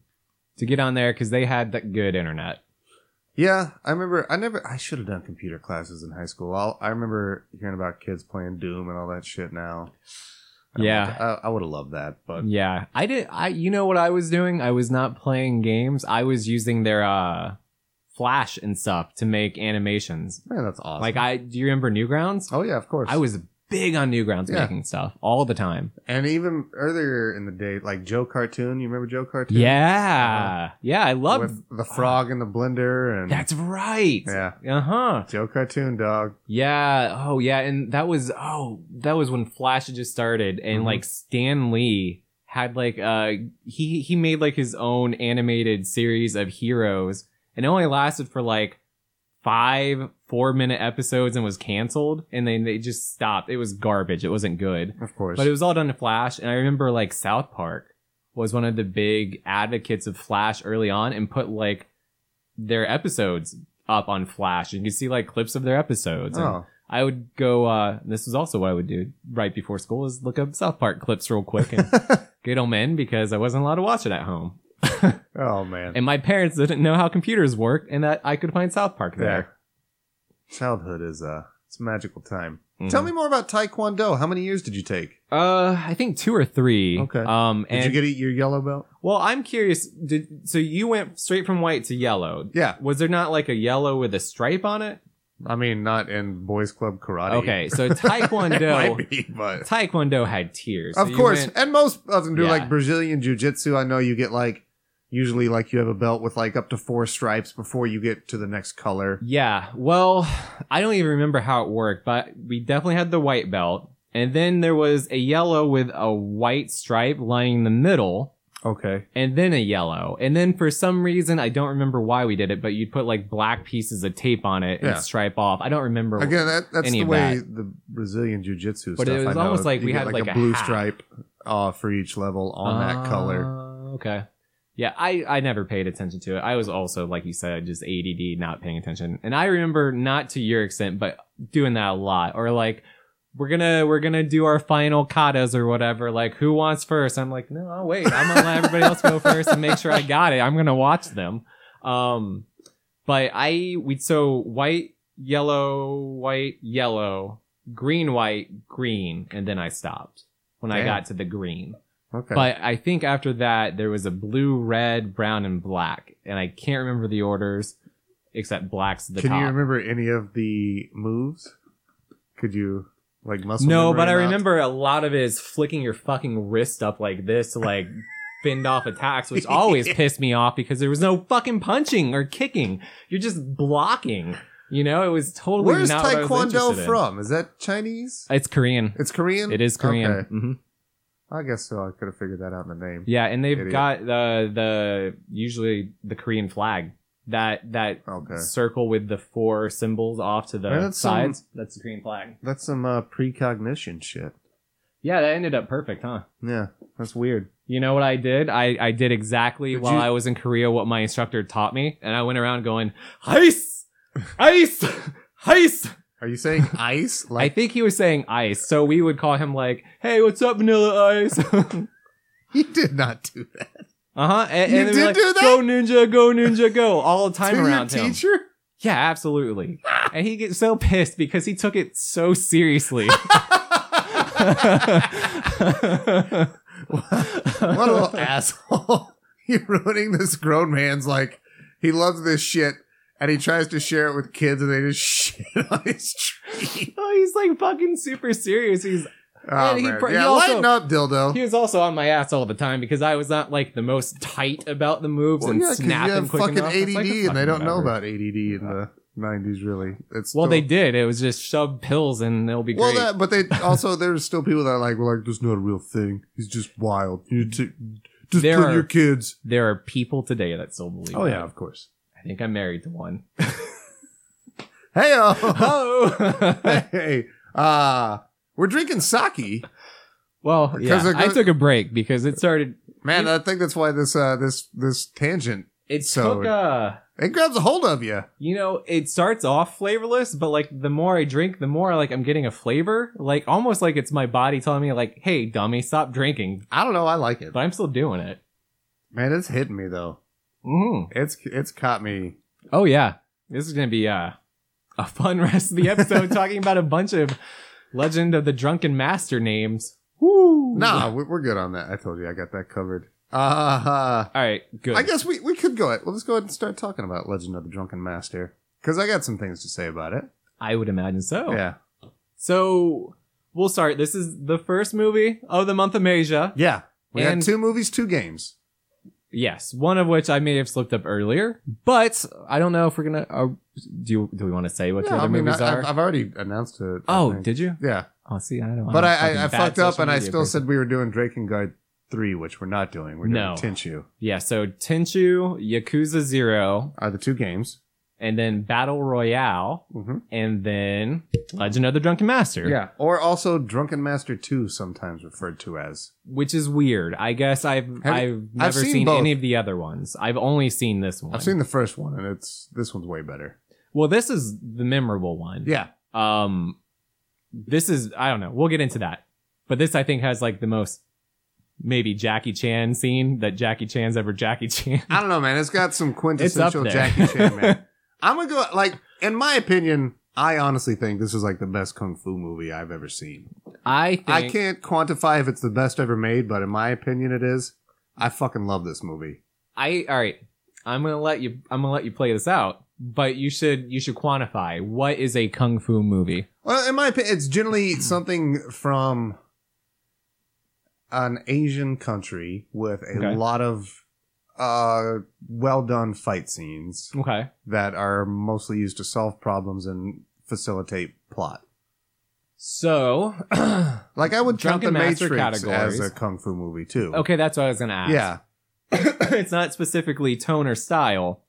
Speaker 2: to get on there because they had that good internet.
Speaker 1: Yeah, I remember. I never. I should have done computer classes in high school. I'll, I remember hearing about kids playing Doom and all that shit. Now, I don't
Speaker 2: Yeah.
Speaker 1: like that. I, I would have loved that, but
Speaker 2: Yeah, I did. I you know what I was doing? I was not playing games. I was using their uh, Flash and stuff to make animations.
Speaker 1: man, that's awesome.
Speaker 2: Like I do you remember Newgrounds?
Speaker 1: oh yeah, of course.
Speaker 2: I was big on Newgrounds
Speaker 1: Yeah.
Speaker 2: making stuff all the time.
Speaker 1: and even earlier in the day, like Joe Cartoon. You remember Joe Cartoon?
Speaker 2: Yeah, yeah, I love.
Speaker 1: with the frog in the blender and
Speaker 2: That's right.
Speaker 1: yeah,
Speaker 2: Uh huh.
Speaker 1: Joe Cartoon dog.
Speaker 2: Yeah. Oh, yeah. And that was oh, that was when Flash had just started, and
Speaker 1: Mhm.
Speaker 2: like Stan Lee had like uh he he made like his own animated series of heroes, and it only lasted for like five four minute episodes and was canceled, and then they just stopped. It was garbage. It wasn't good.
Speaker 1: Of course.
Speaker 2: But it was all done in Flash, and I remember like South Park was one of the big advocates of Flash early on, and put like their episodes up on Flash, and you could see like clips of their episodes. And
Speaker 1: oh,
Speaker 2: I would go. uh This was also what I would do right before school is look up South Park clips real quick and get them in because I wasn't allowed to watch it at home,
Speaker 1: oh man.
Speaker 2: and my parents didn't know how computers worked, and that I could find South Park there.
Speaker 1: Childhood is uh, it's a magical time. Tell me more about Taekwondo. How many years did you take?
Speaker 2: Mm-hmm. uh, I think two or three.
Speaker 1: Okay.
Speaker 2: Um,
Speaker 1: Did
Speaker 2: and
Speaker 1: you get it- your yellow belt?
Speaker 2: Well, I'm curious. Did so you went straight from white to yellow?
Speaker 1: Yeah.
Speaker 2: Was there not like a yellow with a stripe on it?
Speaker 1: I mean, not in boys club karate.
Speaker 2: Okay, so
Speaker 1: it
Speaker 2: taekwondo,
Speaker 1: might be, but
Speaker 2: taekwondo had tiers. So
Speaker 1: of
Speaker 2: you
Speaker 1: course,
Speaker 2: went-
Speaker 1: and most of them do
Speaker 2: Yeah.
Speaker 1: like Brazilian jiu-jitsu. I know you get like usually like you have a belt with like up to four stripes before you get to the next color.
Speaker 2: yeah. Well, I don't even remember how it worked, but we definitely had the white belt, and then there was a yellow with a white stripe lying in the middle.
Speaker 1: Okay,
Speaker 2: and then a yellow. And then for some reason, I don't remember why we did it, but you'd put like black pieces of tape on it and
Speaker 1: Yeah.
Speaker 2: stripe off. I don't remember.
Speaker 1: again, that, that's
Speaker 2: Any
Speaker 1: the
Speaker 2: of
Speaker 1: way the Brazilian jiu-jitsu.
Speaker 2: But it
Speaker 1: stuff, I
Speaker 2: was
Speaker 1: know,
Speaker 2: almost like
Speaker 1: you
Speaker 2: we
Speaker 1: get,
Speaker 2: had, like, a
Speaker 1: blue
Speaker 2: hat.
Speaker 1: stripe uh, for each level on that color.
Speaker 2: Uh, Okay. Yeah, I, I never paid attention to it. I was also, like you said, just ADD, not paying attention. And I remember, not to your extent, but doing that a lot. Or like, we're gonna we're gonna do our final katas or whatever. Like, who wants first? I'm like, no, I'll wait. I'm gonna let everybody else go first and make sure I got it. I'm gonna watch them. Um, but I we so white, yellow, white, yellow, green, white, green, and then I stopped when I
Speaker 1: Damn.
Speaker 2: got to the green.
Speaker 1: Okay,
Speaker 2: But I think after that there was a blue, red, brown, and black, and I can't remember the orders except blacks the
Speaker 1: Can
Speaker 2: top.
Speaker 1: you remember any of the moves? Could you like muscle?
Speaker 2: no,
Speaker 1: memory
Speaker 2: but I
Speaker 1: or not?
Speaker 2: remember a lot of it is flicking your fucking wrist up like this to like fend off attacks, which always pissed me off because there was no fucking punching or kicking. You're just blocking. You know, it was totally
Speaker 1: Where's
Speaker 2: not what I was interested
Speaker 1: Taekwondo
Speaker 2: in.
Speaker 1: from? Is that Chinese?
Speaker 2: It's Korean.
Speaker 1: It's Korean.
Speaker 2: It is Korean.
Speaker 1: Okay.
Speaker 2: Mhm.
Speaker 1: I guess so. I could have figured that out in the name.
Speaker 2: Yeah, and they've
Speaker 1: Idiot.
Speaker 2: got the the usually the Korean flag. That that
Speaker 1: Okay,
Speaker 2: circle with the four symbols off to the
Speaker 1: Man, that's some-
Speaker 2: sides. That's the green flag.
Speaker 1: that's some uh, precognition shit.
Speaker 2: Yeah, that ended up perfect, huh?
Speaker 1: Yeah, that's weird.
Speaker 2: You know what I did? I, I did exactly
Speaker 1: Did
Speaker 2: while
Speaker 1: you-
Speaker 2: I was in Korea what my instructor taught me, and I went around going, ice, ice, ice.
Speaker 1: Are you saying ice?
Speaker 2: I think he was saying ice, so we would call him like, hey, what's up, Vanilla Ice? uh
Speaker 1: you did not do that
Speaker 2: huh. And,
Speaker 1: You
Speaker 2: and they'd be
Speaker 1: did
Speaker 2: like,
Speaker 1: do that?
Speaker 2: Go ninja, go ninja, go all the time
Speaker 1: to
Speaker 2: around
Speaker 1: your
Speaker 2: him.
Speaker 1: teacher.
Speaker 2: Yeah, absolutely. and he gets so pissed because he took it so seriously.
Speaker 1: What a little asshole! You're ruining this grown man's like he loves this shit, and he tries to share it with kids, and they just shit on his tree.
Speaker 2: Oh, he's like fucking super serious. He's
Speaker 1: Oh,
Speaker 2: And he
Speaker 1: man.
Speaker 2: pr- he
Speaker 1: yeah,
Speaker 2: also-
Speaker 1: lighten up, dildo.
Speaker 2: he was also on my ass all the time because I was not like the most tight about the moves
Speaker 1: Well,
Speaker 2: and
Speaker 1: yeah, 'cause you
Speaker 2: snapping
Speaker 1: have
Speaker 2: quick
Speaker 1: fucking
Speaker 2: enough.
Speaker 1: ADD,
Speaker 2: It's like,
Speaker 1: and they
Speaker 2: fucking
Speaker 1: don't know
Speaker 2: whatever.
Speaker 1: about ADD in the '90s. Really, it's
Speaker 2: Well,
Speaker 1: still-
Speaker 2: they did. It was just shove pills and they'll be
Speaker 1: Well,
Speaker 2: great.
Speaker 1: that, but they also there's still people that are like, well, like, that's not a real thing. He's just wild. You t-
Speaker 2: There
Speaker 1: discipline
Speaker 2: are- Oh,
Speaker 1: your kids.
Speaker 2: there are people today that still believe. that.
Speaker 1: of course.
Speaker 2: I think I'm married to one.
Speaker 1: Hey, oh,
Speaker 2: Oh,
Speaker 1: hey, uh, we're drinking sake.
Speaker 2: well, yeah.
Speaker 1: Because it
Speaker 2: I
Speaker 1: goes-
Speaker 2: took a break because it started.
Speaker 1: Man, I think that's why this uh this this tangent
Speaker 2: It
Speaker 1: So-
Speaker 2: took uh
Speaker 1: it grabs a hold of you.
Speaker 2: You know, it starts off flavorless, but like the more I drink, the more like I'm getting a flavor. Like almost like it's my body telling me like, "Hey, dummy, stop drinking."
Speaker 1: I don't know. I like it.
Speaker 2: But I'm still doing it.
Speaker 1: Man, it's hitting me though.
Speaker 2: Mm.
Speaker 1: It's it's caught me.
Speaker 2: Oh yeah, this is gonna be uh, a fun rest of the episode talking about a bunch of Legend of the Drunken Master names. Woo!
Speaker 1: Nah, we- we're good on that. I told you, I got that covered. Uh,
Speaker 2: All right, good.
Speaker 1: I guess we, we could go ahead. Let's go ahead and start talking about Legend of the Drunken Master. Because I got some things to say about it.
Speaker 2: I would imagine so.
Speaker 1: Yeah.
Speaker 2: So we'll start. This is the first movie of the month of Asia.
Speaker 1: Yeah. We
Speaker 2: And-
Speaker 1: got two movies, two games.
Speaker 2: Yes, one of which I may have slipped up earlier, but I don't know if we're gonna. Uh, do do we want to say what the
Speaker 1: Yeah,
Speaker 2: other
Speaker 1: I mean,
Speaker 2: movies
Speaker 1: I,
Speaker 2: are?
Speaker 1: I've, I've already announced it. I
Speaker 2: oh,
Speaker 1: think.
Speaker 2: did you?
Speaker 1: yeah.
Speaker 2: Oh, see, I don't.
Speaker 1: But
Speaker 2: I'm a
Speaker 1: I,
Speaker 2: fucking
Speaker 1: I, I
Speaker 2: bad
Speaker 1: fucked up
Speaker 2: social
Speaker 1: and I
Speaker 2: media
Speaker 1: still
Speaker 2: person.
Speaker 1: said we were doing Drakengard 3, which we're not doing. We're doing
Speaker 2: No.
Speaker 1: Tenchu.
Speaker 2: yeah. So Tenchu, Yakuza Zero,
Speaker 1: Are the two games.
Speaker 2: and then Battle Royale,
Speaker 1: Mhm.
Speaker 2: and then Legend of the Drunken Master.
Speaker 1: Yeah. Or also Drunken Master 2, sometimes referred to as.
Speaker 2: which is weird. I guess I've
Speaker 1: Have
Speaker 2: I've
Speaker 1: you-
Speaker 2: never
Speaker 1: I've seen
Speaker 2: seen,
Speaker 1: both.
Speaker 2: any of the other ones. I've only seen this one.
Speaker 1: I've seen the first one, and it's this one's way better.
Speaker 2: well, this is the memorable one.
Speaker 1: Yeah.
Speaker 2: Um, this is I don't know. We'll get into that, but this I think has like the most maybe Jackie Chan scene that Jackie Chan's ever Jackie Chan.
Speaker 1: I don't know, man. It's got some
Speaker 2: It's up
Speaker 1: quintessential
Speaker 2: there.
Speaker 1: Jackie Chan, man. I'm gonna go like, in my opinion, I honestly think this is like the best kung fu movie I've ever seen.
Speaker 2: I think
Speaker 1: I can't quantify if it's the best ever made, but in my opinion, it is. I fucking love this movie.
Speaker 2: I all right. I'm gonna let you. I'm gonna let you play this out, but you should you should quantify what is a kung fu movie.
Speaker 1: Well, in my opinion, it's generally something from an Asian country with a
Speaker 2: Okay.
Speaker 1: lot of uh, well done fight scenes
Speaker 2: Okay.
Speaker 1: that are mostly used to solve problems and facilitate plot.
Speaker 2: So,
Speaker 1: Like I would count the
Speaker 2: Drunken Master
Speaker 1: Matrix
Speaker 2: categories.
Speaker 1: as a kung fu movie too.
Speaker 2: okay, that's what I was gonna ask.
Speaker 1: Yeah,
Speaker 2: it's not specifically tone or style.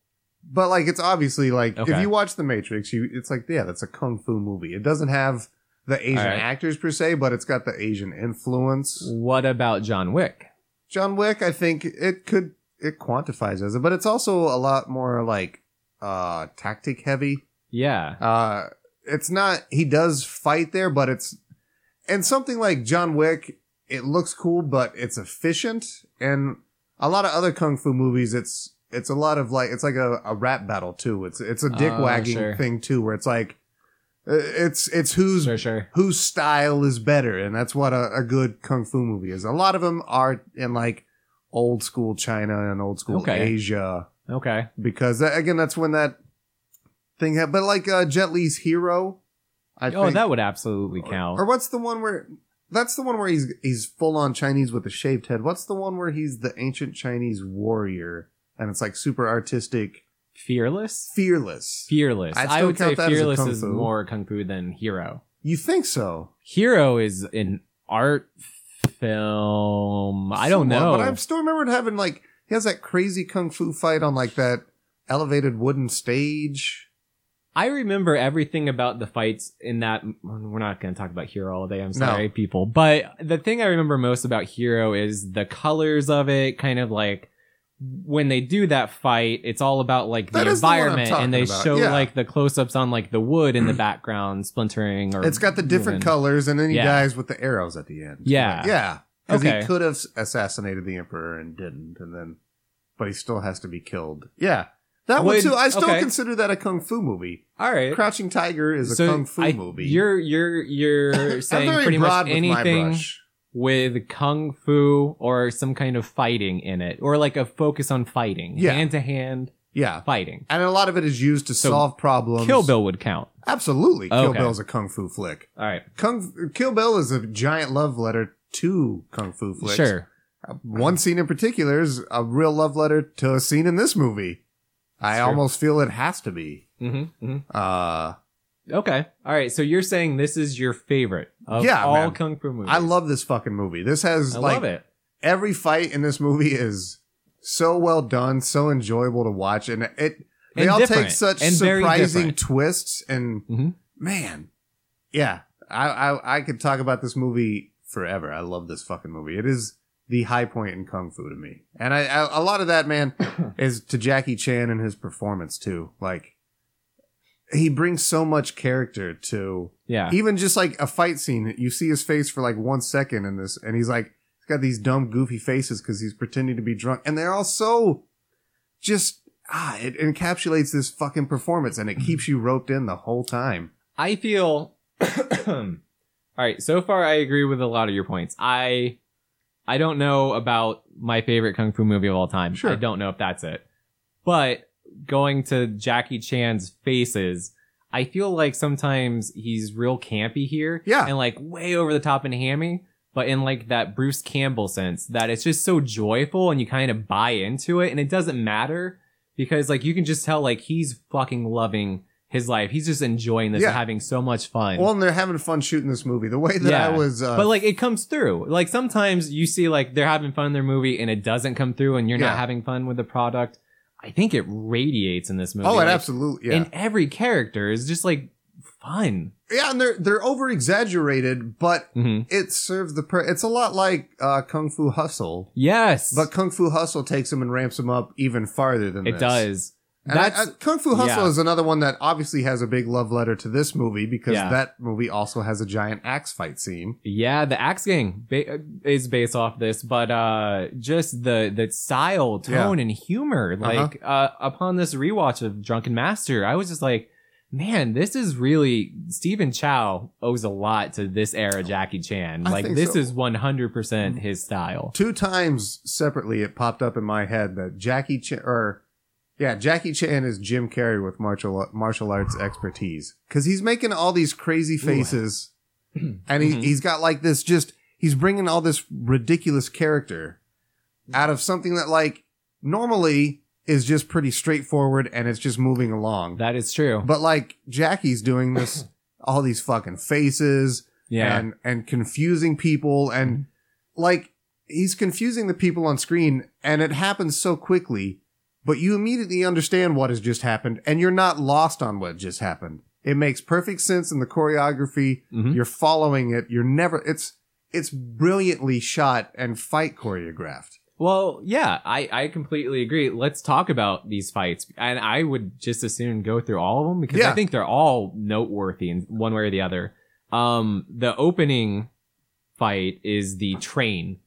Speaker 1: but like it's obviously like if
Speaker 2: Okay.
Speaker 1: you watch the Matrix, you it's like yeah, that's a kung fu movie. It doesn't have the Asian
Speaker 2: Alright.
Speaker 1: actors per se, but it's got the Asian influence.
Speaker 2: What about John Wick?
Speaker 1: John Wick, I think it could it quantifies as it, but it's also a lot more like uh tactic heavy.
Speaker 2: Yeah.
Speaker 1: Uh, it's not he does fight there, but it's and something like John Wick, it looks cool, but it's efficient. And a lot of other kung fu movies, it's it's a lot of like it's like a, a rap battle too. It's it's a dick
Speaker 2: Oh,
Speaker 1: wagging
Speaker 2: sure.
Speaker 1: thing too, where it's like uh, it's it's who's
Speaker 2: Sure, sure.
Speaker 1: whose style is better, and that's what a, a good kung fu movie is. A lot of them are in like old school China and old school
Speaker 2: Okay.
Speaker 1: Asia
Speaker 2: Okay.
Speaker 1: because that, again, that's when that thing happened. But like uh, Jet Li's Hero, I
Speaker 2: oh,
Speaker 1: think,
Speaker 2: that would absolutely count.
Speaker 1: or what's the one where? That's the one where he's he's full on Chinese with a shaved head. What's the one where he's the ancient Chinese warrior and it's like super artistic,
Speaker 2: fearless?
Speaker 1: fearless?
Speaker 2: Fearless.
Speaker 1: I'd
Speaker 2: I
Speaker 1: still
Speaker 2: would say
Speaker 1: count that as a
Speaker 2: fearless
Speaker 1: kung
Speaker 2: is
Speaker 1: fu.
Speaker 2: more kung fu than hero.
Speaker 1: You think so?
Speaker 2: Hero is an art film. I don't
Speaker 1: Somewhat,
Speaker 2: know.
Speaker 1: but I still remembered having like he has that crazy kung fu fight on like that elevated wooden stage.
Speaker 2: I remember everything about the fights in that. We're not going to talk about Hero all day. I'm
Speaker 1: No.
Speaker 2: sorry, people. But the thing I remember most about Hero is the colors of it. Kind of like when they do that fight, it's all about like the
Speaker 1: That is the one I'm
Speaker 2: environment,
Speaker 1: talking
Speaker 2: and they
Speaker 1: about,
Speaker 2: show
Speaker 1: yeah.
Speaker 2: like the close-ups on like the wood in the background splintering. Or
Speaker 1: It's got the different
Speaker 2: ruin.
Speaker 1: colors, and then he
Speaker 2: Yeah.
Speaker 1: dies with the arrows at the end.
Speaker 2: Yeah.
Speaker 1: yeah, because
Speaker 2: Okay.
Speaker 1: he could have assassinated the emperor and didn't, and then, but he still has to be killed. Yeah, that
Speaker 2: Would-
Speaker 1: one too. I still
Speaker 2: okay.
Speaker 1: consider that a kung fu movie.
Speaker 2: All right.
Speaker 1: Crouching Tiger is a
Speaker 2: So
Speaker 1: kung fu
Speaker 2: I-
Speaker 1: movie.
Speaker 2: You're you're you're
Speaker 1: I'm
Speaker 2: saying
Speaker 1: very
Speaker 2: pretty much
Speaker 1: broad with my
Speaker 2: anything
Speaker 1: brush.
Speaker 2: with kung fu or some kind of fighting in it, or like a focus on fighting,
Speaker 1: Yeah.
Speaker 2: hand to hand
Speaker 1: Yeah.
Speaker 2: fighting.
Speaker 1: And a lot of it is used to
Speaker 2: So,
Speaker 1: solve problems.
Speaker 2: Kill Bill would count.
Speaker 1: Absolutely. Kill
Speaker 2: Okay.
Speaker 1: Bill's a kung fu flick.
Speaker 2: All right,
Speaker 1: Kung Kill Bill is a giant love letter to kung fu flicks. Uh,
Speaker 2: sure.
Speaker 1: One scene in particular is a real love letter to a scene in this movie. I
Speaker 2: It's true.
Speaker 1: almost feel it has to be.
Speaker 2: hmm hmm
Speaker 1: Uh,
Speaker 2: Okay. All right. So you're saying this is your favorite of
Speaker 1: Yeah,
Speaker 2: all
Speaker 1: man.
Speaker 2: kung fu movies?
Speaker 1: I love this fucking movie. This has
Speaker 2: I
Speaker 1: like
Speaker 2: love it.
Speaker 1: every fight in this movie is so well done, so enjoyable to watch, and it they
Speaker 2: And
Speaker 1: all take
Speaker 2: different,
Speaker 1: such
Speaker 2: and very
Speaker 1: surprising
Speaker 2: different.
Speaker 1: twists. And
Speaker 2: Mhm.
Speaker 1: man, yeah, I, I I could talk about this movie forever. I love this fucking movie. It is the high point in kung fu to me, and I, I a lot of that man is to Jackie Chan and his performance too. Like he brings so much character to
Speaker 2: Yeah.
Speaker 1: even just like a fight scene you see his face for like one second in this and he's like he's got these dumb goofy faces because he's pretending to be drunk and they're all so just ah it encapsulates this fucking performance
Speaker 2: Mm-hmm.
Speaker 1: and it keeps you roped in the whole time
Speaker 2: I feel. all right. So far, I agree with a lot of your points. I I don't know about my favorite kung fu movie of all time.
Speaker 1: Sure.
Speaker 2: I don't know if that's it. But going to Jackie Chan's faces, I feel like sometimes he's real campy here.
Speaker 1: Yeah.
Speaker 2: And like way over the top and hammy. But in like that Bruce Campbell sense that it's just so joyful and you kind of buy into it and it doesn't matter because like you can just tell like he's fucking loving his life. He's just enjoying this
Speaker 1: Yeah.
Speaker 2: and having so much fun.
Speaker 1: well and they're having fun shooting this movie the way that i
Speaker 2: Yeah.
Speaker 1: was uh,
Speaker 2: but like it comes through. Like sometimes you see like they're having fun in their movie and it doesn't come through and you're
Speaker 1: Yeah.
Speaker 2: not having fun with the product. I think it radiates in this movie.
Speaker 1: oh it
Speaker 2: like,
Speaker 1: absolutely yeah
Speaker 2: And every character is just like fun.
Speaker 1: yeah and they're they're over exaggerated but
Speaker 2: hmm
Speaker 1: it serves the per- it's a lot like uh, kung fu hustle
Speaker 2: Yes.
Speaker 1: but kung fu hustle takes him and ramps him up even farther than
Speaker 2: it
Speaker 1: this.
Speaker 2: does.
Speaker 1: And I-
Speaker 2: That's
Speaker 1: I- Kung Fu Hustle
Speaker 2: yeah.
Speaker 1: is another one that obviously has a big love letter to this movie because
Speaker 2: Yeah.
Speaker 1: that movie also has a giant axe fight scene.
Speaker 2: Yeah, the Axe Gang ba- uh, is based off this, but uh, just the the style,
Speaker 1: Yeah. Uh-huh.
Speaker 2: tone, and humor. Like uh, upon this rewatch of Drunken Master, I was just like, man, this is really Stephen Chow owes a lot to this era Jackie Chan.
Speaker 1: I
Speaker 2: like
Speaker 1: think
Speaker 2: this
Speaker 1: so.
Speaker 2: is one hundred percent his style.
Speaker 1: Two times separately, it popped up in my head that Jackie Chan, or yeah, Jackie Chan is Jim Carrey with martial martial arts expertise because he's making all these crazy faces, and he
Speaker 2: Mhm.
Speaker 1: he's got like this just he's bringing all this ridiculous character out of something that like normally is just pretty straightforward and it's just moving along.
Speaker 2: That is true.
Speaker 1: But like Jackie's doing this, all these fucking faces
Speaker 2: yeah,
Speaker 1: and and confusing people and like he's confusing the people on screen and it happens so quickly, but you immediately understand what has just happened and you're not lost on what just happened. It makes perfect sense in the choreography.
Speaker 2: Mhm.
Speaker 1: You're following it. You're never it's it's brilliantly shot and fight choreographed.
Speaker 2: Well, yeah, I, I completely agree. Let's talk about these fights. And I would just as soon go through all of them because
Speaker 1: Yeah.
Speaker 2: I think they're all noteworthy in one way or the other. Um, the opening fight is the train.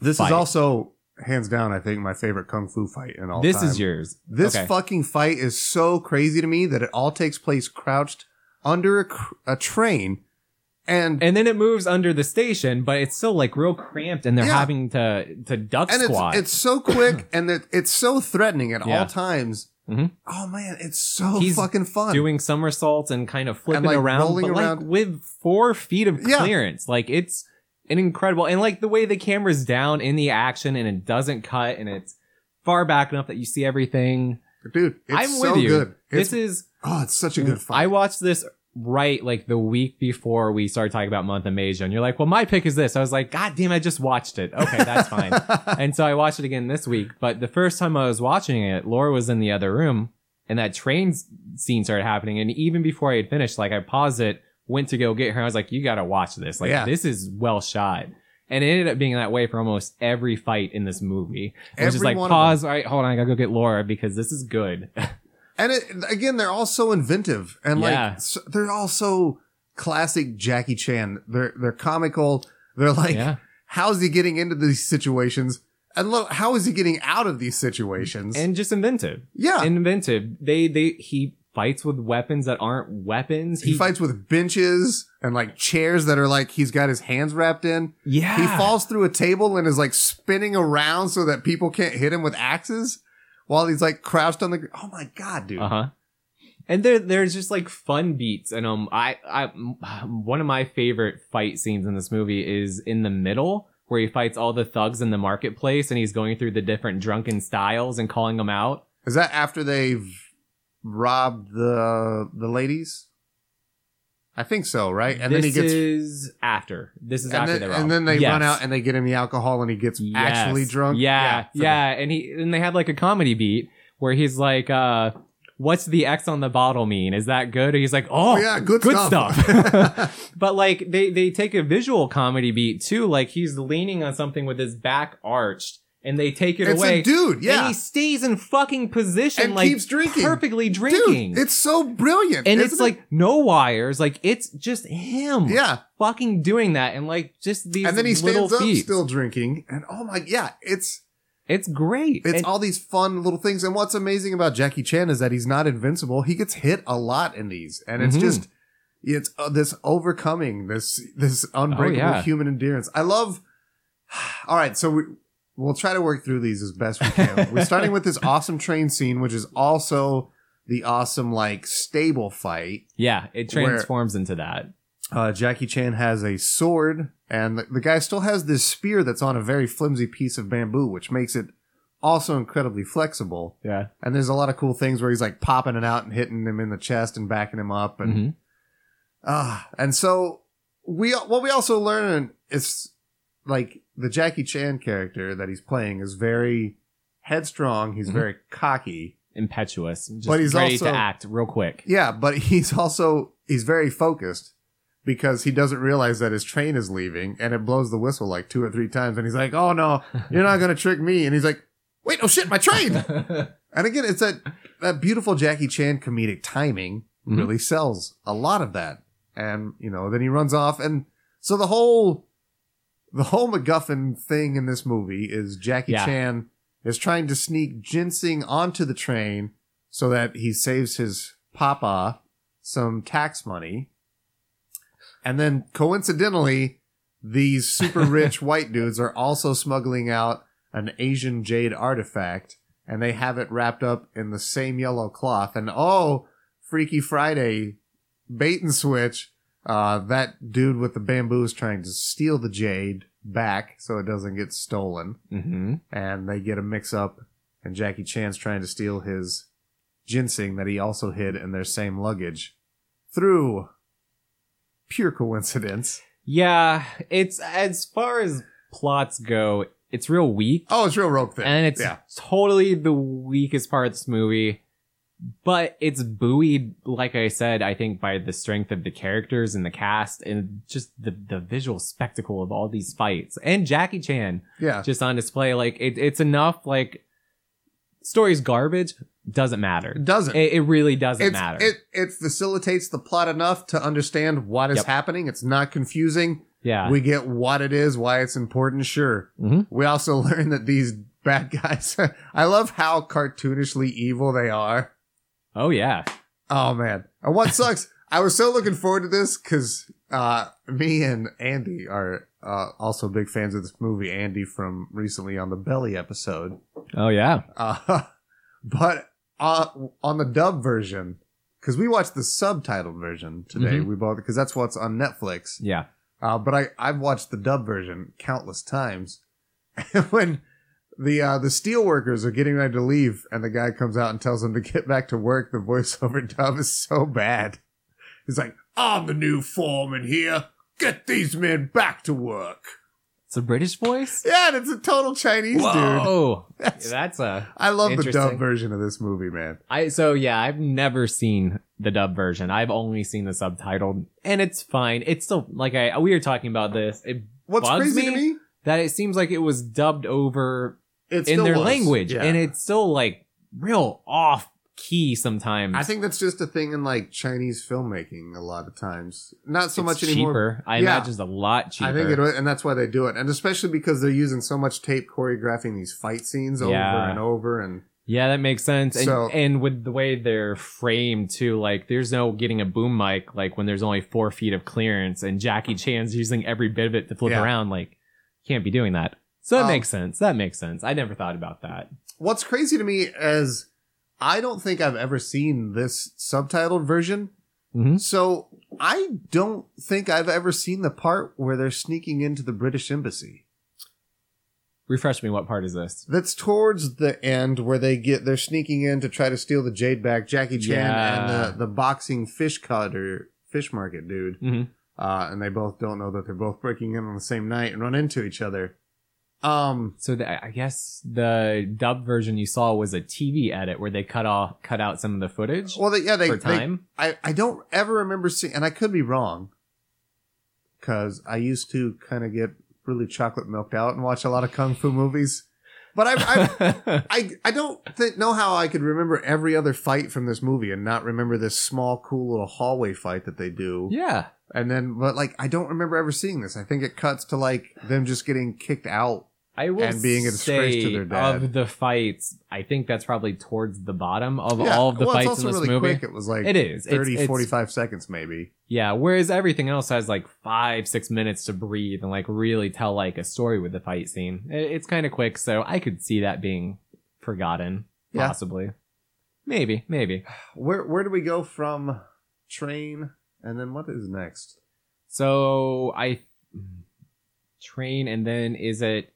Speaker 1: This is
Speaker 2: Fight.
Speaker 1: also hands down, I think, my favorite kung fu fight in all
Speaker 2: this
Speaker 1: time.
Speaker 2: is yours.
Speaker 1: This
Speaker 2: Okay.
Speaker 1: fucking fight is so crazy to me that it all takes place crouched under a, cr- a train, and and,
Speaker 2: and then it moves under the station, but it's still like real cramped and they're
Speaker 1: Yeah.
Speaker 2: having to, to duck
Speaker 1: it's
Speaker 2: squat.
Speaker 1: it's so quick and it, it's so threatening at
Speaker 2: Yeah.
Speaker 1: all times.
Speaker 2: Mhm.
Speaker 1: Oh man, it's so
Speaker 2: He's
Speaker 1: fucking fun.
Speaker 2: doing somersaults and kind of flipping
Speaker 1: like,
Speaker 2: around,
Speaker 1: rolling
Speaker 2: but
Speaker 1: around.
Speaker 2: like with four feet of
Speaker 1: Yeah.
Speaker 2: clearance. Like it's an incredible, and like the way the camera's down in the action and it doesn't cut and it's far back enough that you see everything.
Speaker 1: Dude, it's
Speaker 2: I'm
Speaker 1: so
Speaker 2: with you.
Speaker 1: good. It's,
Speaker 2: This is
Speaker 1: oh, it's such a good
Speaker 2: I
Speaker 1: fight.
Speaker 2: watched this right like the week before we started talking about Month of Masia, and you're like, "Well, my pick is this." I was like, "God damn, I just watched it." Okay, that's fine and so I watched it again this week. But the first time I was watching it, Laura was in the other room, and that train s- scene started happening. And even before I had finished, like I paused it, went to go get her. I was like, "You got to watch this. Like
Speaker 1: Yeah.
Speaker 2: this is well shot." And it ended up being that way for almost every fight in this movie. It was just like
Speaker 1: Every one of them.
Speaker 2: pause. All right, hold on, I gotta go get Laura because this is good.
Speaker 1: and it, again, they're all so inventive and
Speaker 2: Yeah.
Speaker 1: like so, they're all so classic Jackie Chan. They're they're comical. They're like
Speaker 2: yeah,
Speaker 1: How's he getting into these situations? And lo- how is he getting out of these situations?
Speaker 2: and just inventive,
Speaker 1: yeah,
Speaker 2: inventive. They they he fights with weapons that aren't weapons.
Speaker 1: he, fights with benches and like chairs that are like he's got his hands wrapped in.
Speaker 2: Yeah,
Speaker 1: He falls through a table and is like spinning around so that people can't hit him with axes. while he's like crouched on the. gr- Oh my god, dude!
Speaker 2: Uh huh. And there, there's just like fun beats, and um, I, I, one of my favorite fight scenes in this movie is in the middle where he fights all the thugs in the marketplace, and he's going through the different drunken styles and calling them out.
Speaker 1: Is that after they've robbed the the ladies? I think so, right? And
Speaker 2: this
Speaker 1: then he gets
Speaker 2: is after. This is
Speaker 1: and,
Speaker 2: after
Speaker 1: then,
Speaker 2: they
Speaker 1: and then they run out and they get him the alcohol and he gets actually drunk.
Speaker 2: Yeah,
Speaker 1: so-
Speaker 2: yeah, and he and they had like a comedy beat where he's like, uh, "What's the X on the bottle mean? Is that good?" And he's like, "Oh,
Speaker 1: Oh, yeah, good,
Speaker 2: good
Speaker 1: stuff.
Speaker 2: stuff. But like they they take a visual comedy beat too. Like he's leaning on something with his back arched, and they take it
Speaker 1: it's
Speaker 2: away.
Speaker 1: a dude,
Speaker 2: and
Speaker 1: yeah.
Speaker 2: he stays in fucking position,
Speaker 1: And
Speaker 2: like
Speaker 1: keeps drinking.
Speaker 2: perfectly drinking.
Speaker 1: Dude, it's so brilliant.
Speaker 2: and
Speaker 1: isn't
Speaker 2: it's
Speaker 1: it?
Speaker 2: like no wires, like it's just him,
Speaker 1: yeah.
Speaker 2: fucking doing that, and like just these.
Speaker 1: And then he
Speaker 2: little
Speaker 1: stands up
Speaker 2: feats.
Speaker 1: still drinking. And oh my, yeah, it's,
Speaker 2: It's great.
Speaker 1: it's
Speaker 2: And-
Speaker 1: all these fun little things. And what's amazing about Jackie Chan is that he's not invincible. He gets hit a lot in these. And it's
Speaker 2: Mhm.
Speaker 1: just, it's uh, this overcoming, this, this unbreakable
Speaker 2: Oh, yeah.
Speaker 1: human endurance. I love, all right. So we, we'll try to work through these as best we can. We're starting with this awesome train scene, which is also the awesome, like, stable fight.
Speaker 2: yeah, it
Speaker 1: where-
Speaker 2: transforms into that.
Speaker 1: uh, Jackie Chan has a sword, and the, the guy still has this spear that's on a very flimsy piece of bamboo, which makes it also incredibly flexible.
Speaker 2: Yeah.
Speaker 1: And there's a lot of cool things where he's like popping it out and hitting him in the chest and backing him up, and
Speaker 2: hmm
Speaker 1: ah, and so we what we also learn is like the Jackie Chan character that he's playing is very headstrong. He's
Speaker 2: Mhm.
Speaker 1: very cocky.
Speaker 2: Impetuous, just
Speaker 1: But he's
Speaker 2: ready
Speaker 1: also-
Speaker 2: to act real quick.
Speaker 1: Yeah, but he's also he's very focused because he doesn't realize that his train is leaving and it blows the whistle like two or three times and he's like, "Oh no, you're not going to trick me." And he's like, "Wait, oh shit, my train." and again, it's that that beautiful Jackie Chan comedic timing
Speaker 2: Mhm.
Speaker 1: really sells a lot of that. And, you know, then he runs off and so the whole the whole MacGuffin thing in this movie is Jackie
Speaker 2: Yeah.
Speaker 1: Chan is trying to sneak ginseng onto the train so that he saves his papa some tax money. And then coincidentally, these super rich white dudes are also smuggling out an Asian jade artifact and they have it wrapped up in the same yellow cloth. And oh, Freaky Friday bait and switch. Uh, that dude with the bamboo is trying to steal the jade back so it doesn't get stolen.
Speaker 2: hmm
Speaker 1: And they get a mix up, and Jackie Chan's trying to steal his ginseng that he also hid in their same luggage through pure coincidence.
Speaker 2: Yeah, it's as far as plots go, it's real weak,
Speaker 1: Oh, it's real rope thing.
Speaker 2: and it's
Speaker 1: yeah.
Speaker 2: totally the weakest part of this movie. But it's buoyed, like I said, I think by the strength of the characters and the cast, and just the the visual spectacle of all these fights, and Jackie Chan.
Speaker 1: Yeah.
Speaker 2: just on display. Like it, it's enough. Like story's garbage doesn't
Speaker 1: It
Speaker 2: matter.
Speaker 1: doesn't.
Speaker 2: It, it really doesn't
Speaker 1: it's,
Speaker 2: matter.
Speaker 1: It, it facilitates the plot enough to understand what is
Speaker 2: Yep.
Speaker 1: happening. It's not confusing.
Speaker 2: yeah,
Speaker 1: We get what it is, why it's important, sure.
Speaker 2: Mhm.
Speaker 1: We also learn that these bad guys, I love how cartoonishly evil they are.
Speaker 2: oh yeah,
Speaker 1: Oh, man. And what sucks, I was so looking forward to this because uh, me and Andy are uh, also big fans of this movie. Andy from recently on the Belly episode.
Speaker 2: oh yeah.
Speaker 1: Uh, but uh, on the dub version, because we watched the subtitled version today,
Speaker 2: Mhm.
Speaker 1: we both, because that's what's on Netflix.
Speaker 2: Yeah.
Speaker 1: Uh, but I, I've watched the dub version countless times. when the uh, the steel workers are getting ready to leave, and the guy comes out and tells them to get back to work, the voiceover dub is so bad. He's like, "I'm the new foreman here. Get these men back to work."
Speaker 2: It's a British voice?
Speaker 1: Yeah, and it's a total Chinese dude.
Speaker 2: Whoa.
Speaker 1: That's-
Speaker 2: That's a
Speaker 1: I love the dub
Speaker 2: Interesting.
Speaker 1: version of this movie, man.
Speaker 2: I so yeah, I've never seen the dub version. I've only seen the subtitled and it's fine. It's still like I we were talking about this. It,
Speaker 1: What's
Speaker 2: Bugs
Speaker 1: crazy
Speaker 2: me?
Speaker 1: to me,
Speaker 2: that it seems like it was dubbed over
Speaker 1: it's
Speaker 2: in their language and it's still like real off key sometimes.
Speaker 1: I think that's just a thing in like Chinese filmmaking a lot of times. Not so
Speaker 2: It's
Speaker 1: much
Speaker 2: cheaper.
Speaker 1: anymore.
Speaker 2: I
Speaker 1: Yeah.
Speaker 2: imagine it's a lot cheaper.
Speaker 1: I think it, and that's why they do it, and especially because they're using so much tape choreographing these fight scenes over
Speaker 2: Yeah.
Speaker 1: and over, and
Speaker 2: Yeah, that makes sense. And,
Speaker 1: So-
Speaker 2: and with the way they're framed too, like there's no getting a boom mic like when there's only four feet of clearance and Jackie Chan's using every bit of it to flip
Speaker 1: Yeah.
Speaker 2: around. Like can't be doing that. So that
Speaker 1: Um,
Speaker 2: makes sense. That makes sense. I never thought about that.
Speaker 1: what's crazy to me is I don't think I've ever seen this subtitled version. Mm-hmm.
Speaker 2: Mhm.
Speaker 1: So I don't think I've ever seen the part where they're sneaking into the British embassy.
Speaker 2: Refresh me. What part is this?
Speaker 1: That's towards the end where they get they're sneaking in to try to steal the jade back. Jackie Chan
Speaker 2: Yeah.
Speaker 1: and the, the boxing fish cutter fish market dude,
Speaker 2: Mhm.
Speaker 1: uh, and they both don't know that they're both breaking in on the same night and run into each other. Um,
Speaker 2: So the, I guess the dub version you saw was a TV edit where they cut off, cut out some of the footage
Speaker 1: well, they, yeah, they,
Speaker 2: for
Speaker 1: they
Speaker 2: time.
Speaker 1: I, I don't ever remember seeing, and I could be wrong, because I used to kind of get really chocolate milked out and watch a lot of kung fu movies. But I, I, I, I don't thi- know how I could remember every other fight from this movie and not remember this small, cool little hallway fight that they do.
Speaker 2: yeah.
Speaker 1: And then, but like, I don't remember ever seeing this. I think it cuts to like them just getting kicked out.
Speaker 2: I will
Speaker 1: And being a disgrace
Speaker 2: say
Speaker 1: to their dad.
Speaker 2: of the fights, I think that's probably towards the bottom of
Speaker 1: Yeah,
Speaker 2: all of the
Speaker 1: well, it's
Speaker 2: fights
Speaker 1: also
Speaker 2: in this
Speaker 1: really
Speaker 2: movie.
Speaker 1: quick. It was like
Speaker 2: It is. It's-
Speaker 1: 30,
Speaker 2: it's-
Speaker 1: 45 seconds maybe.
Speaker 2: Yeah, whereas everything else has like five, six minutes to breathe and like really tell like a story with the fight scene. It, it's kind of quick, so I could see that being forgotten,
Speaker 1: Yeah.
Speaker 2: possibly. Maybe, maybe.
Speaker 1: Where, where do we go from train? And then what is next?
Speaker 2: So I train, and then is it?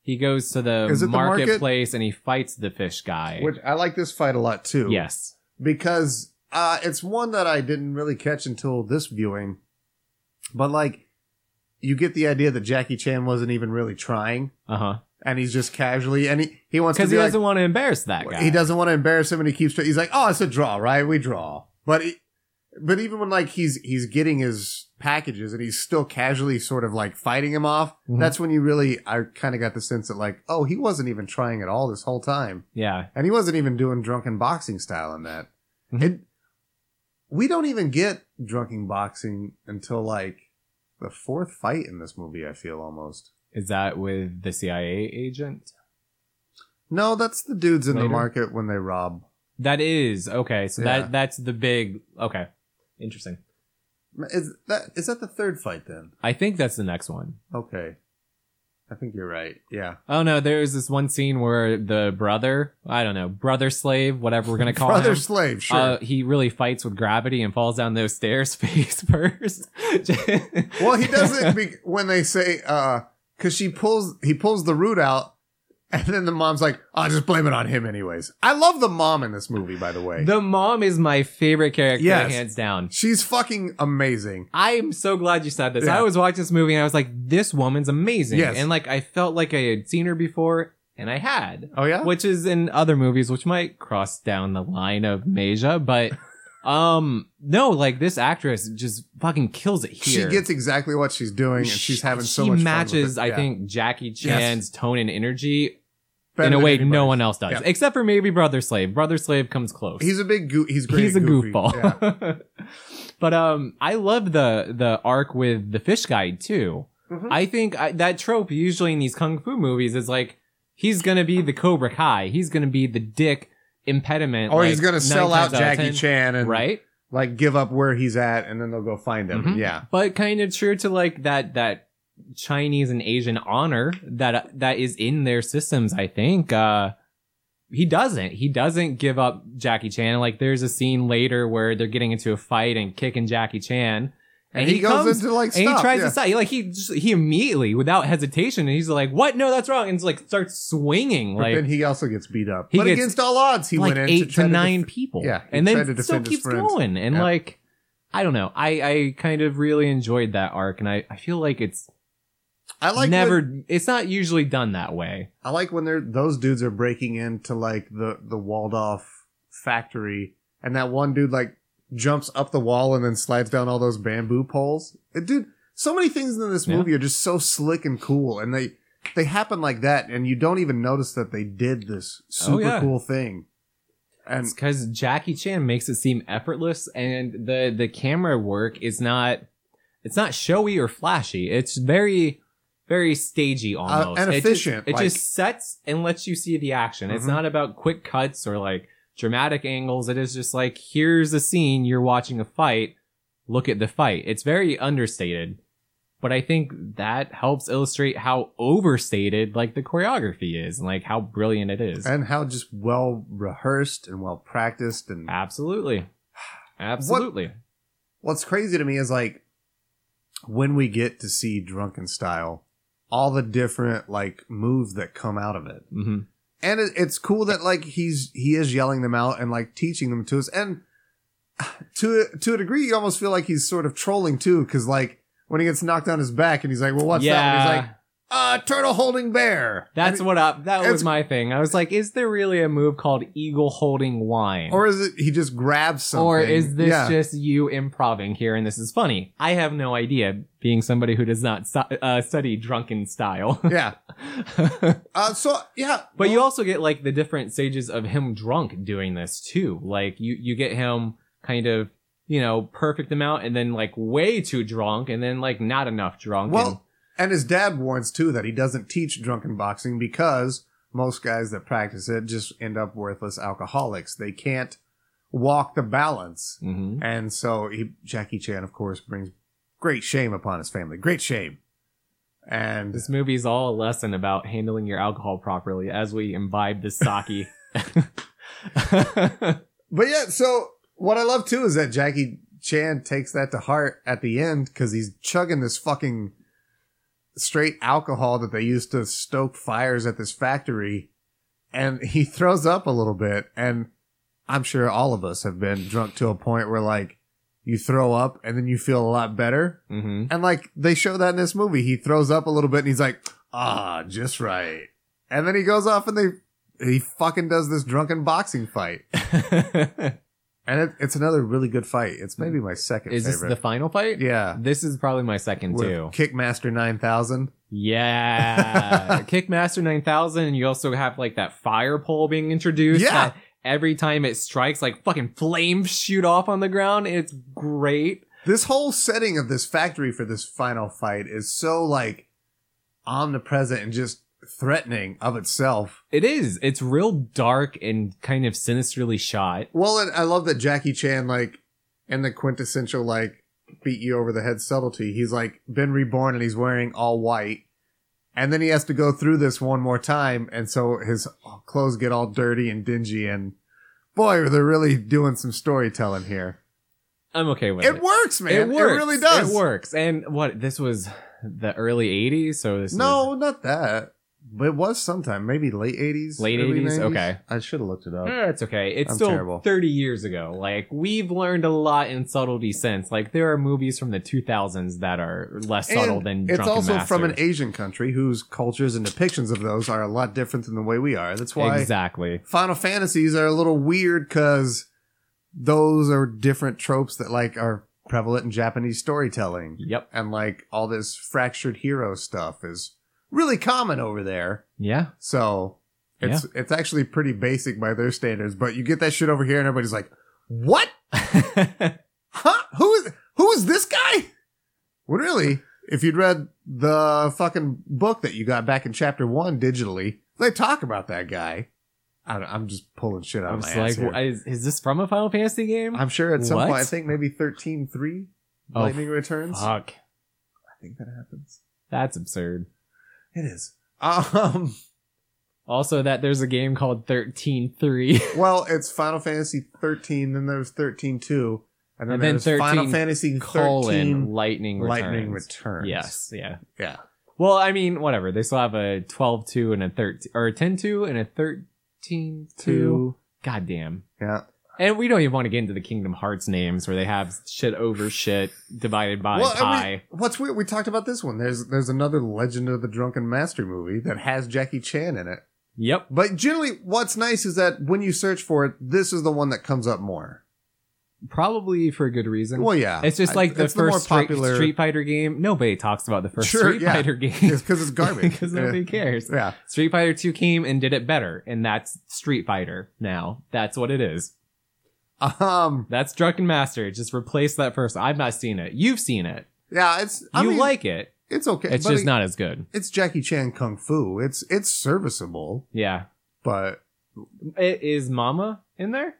Speaker 2: He goes to the,
Speaker 1: Is it the market?
Speaker 2: marketplace and he fights the fish guy.
Speaker 1: Which I like this fight a lot too.
Speaker 2: yes,
Speaker 1: Because uh, it's one that I didn't really catch until this viewing. But like, you get the idea that Jackie Chan wasn't even really trying.
Speaker 2: uh huh.
Speaker 1: And he's just casually, and he, he wants to
Speaker 2: Because
Speaker 1: be
Speaker 2: he
Speaker 1: like-
Speaker 2: doesn't want to embarrass that guy.
Speaker 1: he doesn't want to embarrass him and he keeps, he's like, oh, it's a draw, right? We draw. But he, but even when like he's, he's getting his packages and he's still casually sort of like fighting him off,
Speaker 2: Mhm.
Speaker 1: that's when you really, I kind of got the sense that like, oh, he wasn't even trying at all this whole time.
Speaker 2: Yeah,
Speaker 1: And he wasn't even doing drunken boxing style in that.
Speaker 2: Mhm.
Speaker 1: It, we don't even get drunken boxing until like the fourth fight in this movie, I feel almost.
Speaker 2: is that with the CIA agent?
Speaker 1: No, that's the dudes in the
Speaker 2: Later?
Speaker 1: market when they rob.
Speaker 2: That is okay. So
Speaker 1: Yeah.
Speaker 2: that that's the big okay. Interesting.
Speaker 1: Is that is that the third fight then?
Speaker 2: I think that's the next one.
Speaker 1: Okay. I think you're right. Yeah.
Speaker 2: Oh no, there's this one scene where the brother, I don't know, brother slave, whatever we're gonna call
Speaker 1: Brother
Speaker 2: him.
Speaker 1: slave, sure.
Speaker 2: Uh, he really fights with gravity and falls down those stairs face first.
Speaker 1: well, he does it be- when they say uh cuz she pulls he pulls the root out and then the mom's like, "I just blame it on him anyways." I love the mom in this movie, by the way.
Speaker 2: The mom is my favorite character,
Speaker 1: Yes.
Speaker 2: hands down.
Speaker 1: She's fucking amazing.
Speaker 2: I'm so glad you said this.
Speaker 1: Yeah.
Speaker 2: I was watching this movie and I was like, "This woman's amazing,"
Speaker 1: Yes.
Speaker 2: and like I felt like I had seen her before, and I had.
Speaker 1: Oh yeah.
Speaker 2: which is in other movies, which might cross down the line of Meja, but um, no, like this actress just fucking kills it here.
Speaker 1: She gets exactly what she's doing, and she's having so
Speaker 2: she
Speaker 1: much.
Speaker 2: matches,
Speaker 1: fun with it.
Speaker 2: I
Speaker 1: Yeah.
Speaker 2: think, Jackie Chan's tone and energy
Speaker 1: Better
Speaker 2: in a
Speaker 1: than
Speaker 2: way
Speaker 1: anybody.
Speaker 2: no one else does,
Speaker 1: Yeah.
Speaker 2: except for maybe Brother Slave. Brother Slave comes close.
Speaker 1: He's a big goo. He's great.
Speaker 2: He's a
Speaker 1: and goofy. Yeah.
Speaker 2: goofball. but um, I love the the arc with the fish guy too.
Speaker 1: Mhm.
Speaker 2: I think I, that trope usually in these kung fu movies is like he's gonna be the Cobra Kai. He's gonna be the dick impediment.
Speaker 1: Or
Speaker 2: like,
Speaker 1: he's gonna
Speaker 2: nine
Speaker 1: sell out
Speaker 2: times of
Speaker 1: Jackie
Speaker 2: 10,
Speaker 1: Chan and
Speaker 2: right?
Speaker 1: like give up where he's at, and then they'll go find him.
Speaker 2: Mhm.
Speaker 1: Yeah,
Speaker 2: But kind of true to like that that Chinese and Asian honor that that is in their systems. I think. Uh, he doesn't. He doesn't give up Jackie Chan. Like there's a scene later where they're getting into a fight and kicking Jackie Chan,
Speaker 1: and, he, goes
Speaker 2: comes
Speaker 1: into like
Speaker 2: and
Speaker 1: stuff.
Speaker 2: he tries
Speaker 1: yeah.
Speaker 2: to stop. He, like he just, he immediately, without hesitation, and he's like, "What? No, that's wrong!" And he's like starts swinging
Speaker 1: But
Speaker 2: like
Speaker 1: then he also gets beat up.
Speaker 2: He
Speaker 1: but
Speaker 2: gets
Speaker 1: against all odds, he
Speaker 2: like
Speaker 1: went in
Speaker 2: eight
Speaker 1: try
Speaker 2: to, nine
Speaker 1: def-
Speaker 2: people.
Speaker 1: Yeah, he
Speaker 2: and
Speaker 1: tried to
Speaker 2: then still
Speaker 1: defend his
Speaker 2: keeps
Speaker 1: friends.
Speaker 2: going. And
Speaker 1: Yeah.
Speaker 2: like, I don't know. I I kind of really enjoyed that arc, and I I feel like it's
Speaker 1: I like
Speaker 2: never.
Speaker 1: When,
Speaker 2: it's not usually done that way.
Speaker 1: I like when they're those dudes are breaking into like the the walled off factory, and that one dude like jumps up the wall and then slides down all those bamboo poles. It, dude, so many things in this
Speaker 2: Yeah.
Speaker 1: movie are just so slick and cool, and they they happen like that, and you don't even notice that they did this super
Speaker 2: Oh, yeah.
Speaker 1: cool thing. And
Speaker 2: It's because Jackie Chan makes it seem effortless, and the the camera work is not. It's not showy or flashy. It's very, very stagey almost
Speaker 1: Uh, and
Speaker 2: It just-
Speaker 1: efficient,
Speaker 2: It just,
Speaker 1: like-
Speaker 2: sets and lets you see the action. It's
Speaker 1: Mhm.
Speaker 2: not about quick cuts or like dramatic angles. It is just like here's a scene. You're watching a fight. Look at the fight. It's very understated, But I think that helps illustrate how overstated like the choreography is and like how brilliant it is.
Speaker 1: and how just well rehearsed and well practiced and
Speaker 2: Absolutely. Absolutely.
Speaker 1: what's crazy to me is like when we get to see drunken style all the different like moves that come out of it
Speaker 2: hmm
Speaker 1: and it, it's cool that like he's he is yelling them out and like teaching them to us and to to a degree you almost feel like he's sort of trolling too because like when he gets knocked on his back and he's like well what's that and he's like uh turtle holding bear
Speaker 2: That's
Speaker 1: And-
Speaker 2: what I, that
Speaker 1: it's-
Speaker 2: was my thing. I was like, is there really a move called eagle holding wine?
Speaker 1: or is it he just grabs something
Speaker 2: Or is this
Speaker 1: yeah.
Speaker 2: just you improving here and this is funny? I have no idea, being somebody who does not stu- uh, study drunken style.
Speaker 1: yeah
Speaker 2: but
Speaker 1: uh so yeah
Speaker 2: you also get like the different stages of him drunk doing this too. Like you, you get him kind of, you know, perfect amount and then like way too drunk and then like not enough drunk. and-
Speaker 1: Well, and his dad warns too that he doesn't teach drunken boxing because most guys that practice it just end up worthless alcoholics. They can't walk the balance.
Speaker 2: Mhm.
Speaker 1: And so he, Jackie Chan, of course, brings great shame upon his family. Great shame. And
Speaker 2: This movie is all a lesson about handling your alcohol properly as we imbibe this sake.
Speaker 1: But yeah, so what I love too is that Jackie Chan takes that to heart at the end because he's chugging this fucking straight alcohol that they used to stoke fires at this factory. And he throws up a little bit. And I'm sure all of us have been drunk to a point where like you throw up and then you feel a lot better.
Speaker 2: hmm
Speaker 1: And like they show that in this movie, he throws up a little bit and he's like, ah, just right. And then he goes off and they, he fucking does this drunken boxing fight. And it, it's another really good fight. It's maybe my second
Speaker 2: is this
Speaker 1: favorite.
Speaker 2: the final fight?
Speaker 1: yeah.
Speaker 2: This is probably my second
Speaker 1: With
Speaker 2: too.
Speaker 1: Kickmaster 9000.
Speaker 2: Yeah. Kickmaster 9000, and you also have like that fire pole being introduced.
Speaker 1: Yeah.
Speaker 2: that every time it strikes, like fucking flames shoot off on the ground. It's great.
Speaker 1: This whole setting of this factory for this final fight is so like omnipresent and just threatening of itself.
Speaker 2: It is. It's real dark and kind of sinisterly shot.
Speaker 1: Well, and I love that Jackie Chan, like, and the quintessential, like, beat you over the head subtlety. He's like been reborn and he's wearing all white. And then he has to go through this one more time. And so his clothes get all dirty and dingy. And boy, they're really doing some storytelling here.
Speaker 2: I'm okay with it.
Speaker 1: It works, man. It, really does.
Speaker 2: It works. And what this was the early '80s, so this
Speaker 1: No, not that. But it was sometime, maybe late 80s.
Speaker 2: is late
Speaker 1: early
Speaker 2: '80s.
Speaker 1: 90s.
Speaker 2: Okay,
Speaker 1: I should have looked it up.
Speaker 2: Eh, it's okay. It's
Speaker 1: I'm
Speaker 2: still
Speaker 1: terrible.
Speaker 2: 30 years ago. Like we've learned a lot in subtlety since. Like there are movies from the 2000s that are less subtle
Speaker 1: And
Speaker 2: than
Speaker 1: it's
Speaker 2: Drunken
Speaker 1: also
Speaker 2: Master.
Speaker 1: from an Asian country whose cultures and depictions of those are a lot different than the way we are. That's why
Speaker 2: exactly.
Speaker 1: Final Fantasies are a little weird because those are different tropes that like are prevalent in Japanese storytelling,
Speaker 2: Yep.
Speaker 1: and like all this fractured hero stuff is really common over there.
Speaker 2: Yeah.
Speaker 1: So it's it's actually pretty basic by their standards, but you get that shit over here, and everybody's like, "What? Huh? Who is who is this guy?" Well, really, if you'd read the fucking book that you got back in chapter one digitally, they talk about that guy. I don't, I'm just pulling shit out
Speaker 2: I
Speaker 1: of my
Speaker 2: was
Speaker 1: ass
Speaker 2: like,
Speaker 1: here.
Speaker 2: is, is this from a Final Fantasy game?
Speaker 1: I'm sure at some
Speaker 2: What?
Speaker 1: point, I think maybe 13.3
Speaker 2: Oh,
Speaker 1: Lightning Returns. I
Speaker 2: Fuck.
Speaker 1: think that happens.
Speaker 2: That's absurd.
Speaker 1: It is. Um,
Speaker 2: Also, that there's a game called 13-3.
Speaker 1: well, it's Final Fantasy 13, then there's 13.2, and then,
Speaker 2: And then
Speaker 1: there's Final
Speaker 2: 13
Speaker 1: Fantasy 13
Speaker 2: colon lightning returns.
Speaker 1: Lightning Returns.
Speaker 2: Yes, yeah.
Speaker 1: Yeah.
Speaker 2: Well, I mean, whatever. They still have a 12-2 and a 13 or a 10-2 and a 13-2.
Speaker 1: Two.
Speaker 2: God damn.
Speaker 1: Yeah.
Speaker 2: And we don't even want to get into the Kingdom Hearts names where they have shit over shit divided by
Speaker 1: Well, and we-
Speaker 2: pi.
Speaker 1: what's weird? We talked about this one. There's there's another Legend of the Drunken Master movie that has Jackie Chan in it.
Speaker 2: Yep.
Speaker 1: But generally, what's nice is that when you search for it, this is the one that comes up more.
Speaker 2: Probably for a good reason.
Speaker 1: Well, yeah,
Speaker 2: it's just like the
Speaker 1: it's
Speaker 2: first Street, Street Fighter game. Nobody talks about the first
Speaker 1: Sure,
Speaker 2: Street
Speaker 1: yeah.
Speaker 2: Fighter game
Speaker 1: It's because it's garbage.
Speaker 2: because nobody
Speaker 1: Yeah.
Speaker 2: cares.
Speaker 1: Yeah.
Speaker 2: Street Fighter 2 came and did it better, and that's Street Fighter now. That's what it is.
Speaker 1: Um.
Speaker 2: That's Drunken Master. Just replace that first. I've not seen it. You've seen it.
Speaker 1: Yeah. It's. I
Speaker 2: you
Speaker 1: mean,
Speaker 2: like it.
Speaker 1: It's okay.
Speaker 2: It's
Speaker 1: but
Speaker 2: just
Speaker 1: it-
Speaker 2: not as good.
Speaker 1: It's Jackie Chan kung fu. It's it's serviceable,
Speaker 2: Yeah.
Speaker 1: but
Speaker 2: I- Is Mama in there?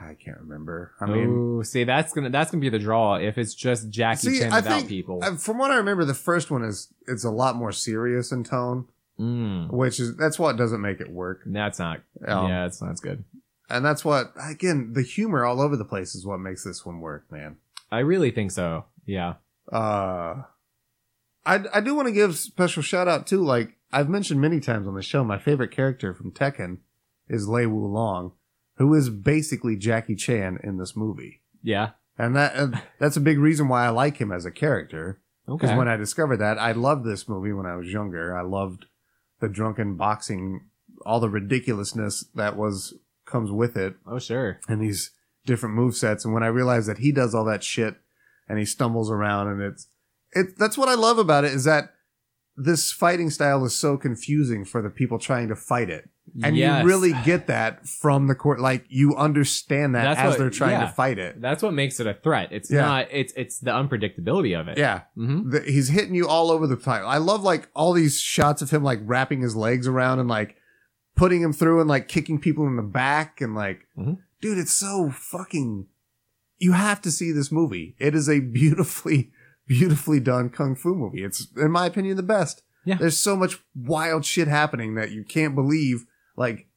Speaker 1: I I can't remember. I mean,
Speaker 2: Ooh, see, that's gonna that's gonna be the draw if it's just Jackie
Speaker 1: See,
Speaker 2: Chan
Speaker 1: I
Speaker 2: without
Speaker 1: think-
Speaker 2: people.
Speaker 1: I- from what I remember, the first one is it's a lot more serious in tone,
Speaker 2: Mm,
Speaker 1: which is that's what doesn't make it work.
Speaker 2: that's not.
Speaker 1: Um,
Speaker 2: yeah, that's not as good.
Speaker 1: and that's what again the humor all over the place is what makes this one work, man.
Speaker 2: I really think so. Yeah.
Speaker 1: uh I, I do want to give special shout out too. Like I've mentioned many times on the show, my favorite character from Tekken is Lei Wu Long, who is basically Jackie Chan in this movie,
Speaker 2: Yeah.
Speaker 1: and that and that's a big reason why I like him as a character. Because
Speaker 2: Okay.
Speaker 1: when I discovered that, I loved this movie when I was younger. I loved the drunken boxing, all the ridiculousness that was comes with it
Speaker 2: oh sure.
Speaker 1: and these different move sets. And when I realized that he does all that shit and he stumbles around and it's it that's what I love about it is that this fighting style is so confusing for the people trying to fight it. And
Speaker 2: Yes.
Speaker 1: you really get that from the court like you understand that
Speaker 2: That's
Speaker 1: as
Speaker 2: what-
Speaker 1: they're trying
Speaker 2: yeah.
Speaker 1: to fight it.
Speaker 2: That's what makes it a threat. It's
Speaker 1: Yeah.
Speaker 2: not. It's it's the unpredictability of it.
Speaker 1: Yeah.
Speaker 2: hmm
Speaker 1: The, he's hitting you all over the place. I love like all these shots of him like wrapping his legs around and like putting him through and like kicking people in the back and like,
Speaker 2: Mhm.
Speaker 1: dude, it's so fucking. You have to see this movie. It is a beautifully, beautifully done kung fu movie. It's, in my opinion, the best.
Speaker 2: Yeah.
Speaker 1: There's so much wild shit happening that you can't believe. Like,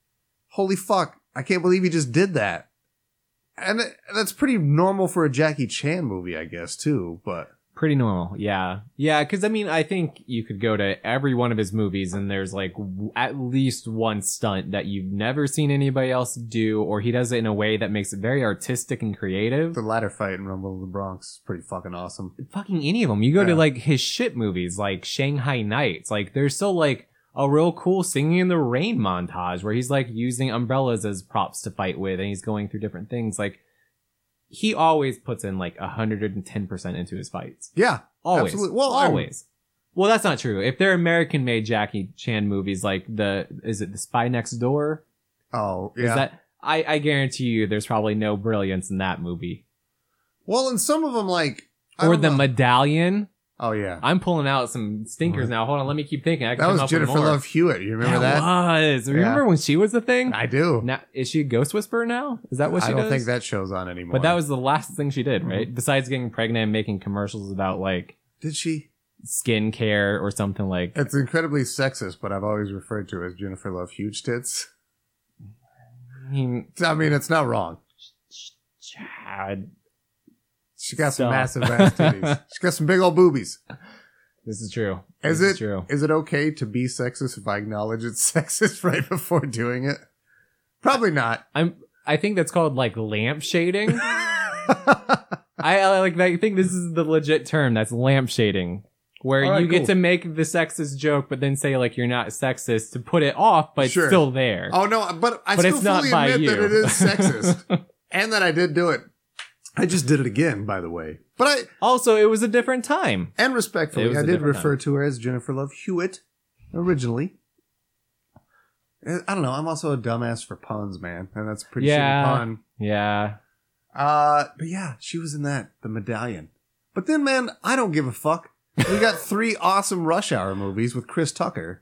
Speaker 1: holy fuck, I can't believe he just did that. And it- that's pretty normal for a Jackie Chan movie, I guess, too. But
Speaker 2: Pretty normal. Yeah. Yeah. Because I mean, I think you could go to every one of his movies, and there's like w- at least one stunt that you've never seen anybody else do, or he does it in a way that makes it very artistic and creative.
Speaker 1: The ladder fight in Rumble of the Bronx is pretty fucking awesome.
Speaker 2: fucking any of them. You go to
Speaker 1: Yeah.
Speaker 2: like his shit movies, like Shanghai Nights. Like there's still like a real cool singing in the rain montage where he's like using umbrellas as props to fight with, and he's going through different things. Like he always puts in like hundred and ten percent into his fights.
Speaker 1: Yeah,
Speaker 2: Always,
Speaker 1: Absolutely. Well, um, I'm-
Speaker 2: always. well, that's not true. If they're American-made Jackie Chan movies, like the is it the Spy Next Door?
Speaker 1: Oh,
Speaker 2: Is
Speaker 1: yeah.
Speaker 2: that I, I guarantee you, there's probably no brilliance in that movie.
Speaker 1: well, and some of them like I
Speaker 2: Or
Speaker 1: don't
Speaker 2: the
Speaker 1: know.
Speaker 2: medallion.
Speaker 1: oh yeah,
Speaker 2: I'm pulling out some stinkers
Speaker 1: Mhm.
Speaker 2: now. Hold on, let me keep thinking. I can
Speaker 1: that
Speaker 2: come
Speaker 1: was
Speaker 2: up
Speaker 1: Jennifer
Speaker 2: with more.
Speaker 1: Love Hewitt. You remember that?
Speaker 2: was. Remember when she was the thing?
Speaker 1: I do.
Speaker 2: Now, is she a ghost whisperer now? Is that what she
Speaker 1: I don't
Speaker 2: does?
Speaker 1: think that shows on anymore. Mm-hmm.
Speaker 2: but that was the last thing she did, right? Besides getting pregnant and making commercials about like
Speaker 1: did she?
Speaker 2: skincare or something like.
Speaker 1: It's incredibly sexist, but I've always referred to her as Jennifer Love Huge Tits.
Speaker 2: I mean,
Speaker 1: I mean, it's not wrong.
Speaker 2: Chad,
Speaker 1: She got some
Speaker 2: Stop.
Speaker 1: massive ass titties. She got some big old boobies.
Speaker 2: this is true.
Speaker 1: Is
Speaker 2: This
Speaker 1: it-
Speaker 2: true?
Speaker 1: Is it okay to be sexist if I acknowledge it's sexist right before doing it? Probably not.
Speaker 2: I'm. I think that's called like lamp shading. I, I like. I think this is the legit term. That's lamp shading, where
Speaker 1: All right,
Speaker 2: you
Speaker 1: cool.
Speaker 2: get to make the sexist joke, but then say like you're not sexist to put it off, but it's
Speaker 1: Sure.
Speaker 2: still there.
Speaker 1: Oh no, but I
Speaker 2: But
Speaker 1: still
Speaker 2: it's not
Speaker 1: fully
Speaker 2: by
Speaker 1: admit
Speaker 2: you.
Speaker 1: that it is sexist, and that I did do it. I just did it again, by the way. But I
Speaker 2: Also, it was a different time.
Speaker 1: and
Speaker 2: It
Speaker 1: respectfully,
Speaker 2: was
Speaker 1: I
Speaker 2: a
Speaker 1: did
Speaker 2: different
Speaker 1: refer to her as Jennifer Love Hewitt originally. Uh, I don't know. I'm also a dumbass for puns, man, and that's a pretty
Speaker 2: Yeah.
Speaker 1: shitty pun.
Speaker 2: Yeah.
Speaker 1: Uh, but yeah, she was in that the medallion. But then, man, I don't give a fuck. We got three awesome Rush Hour movies with Chris Tucker.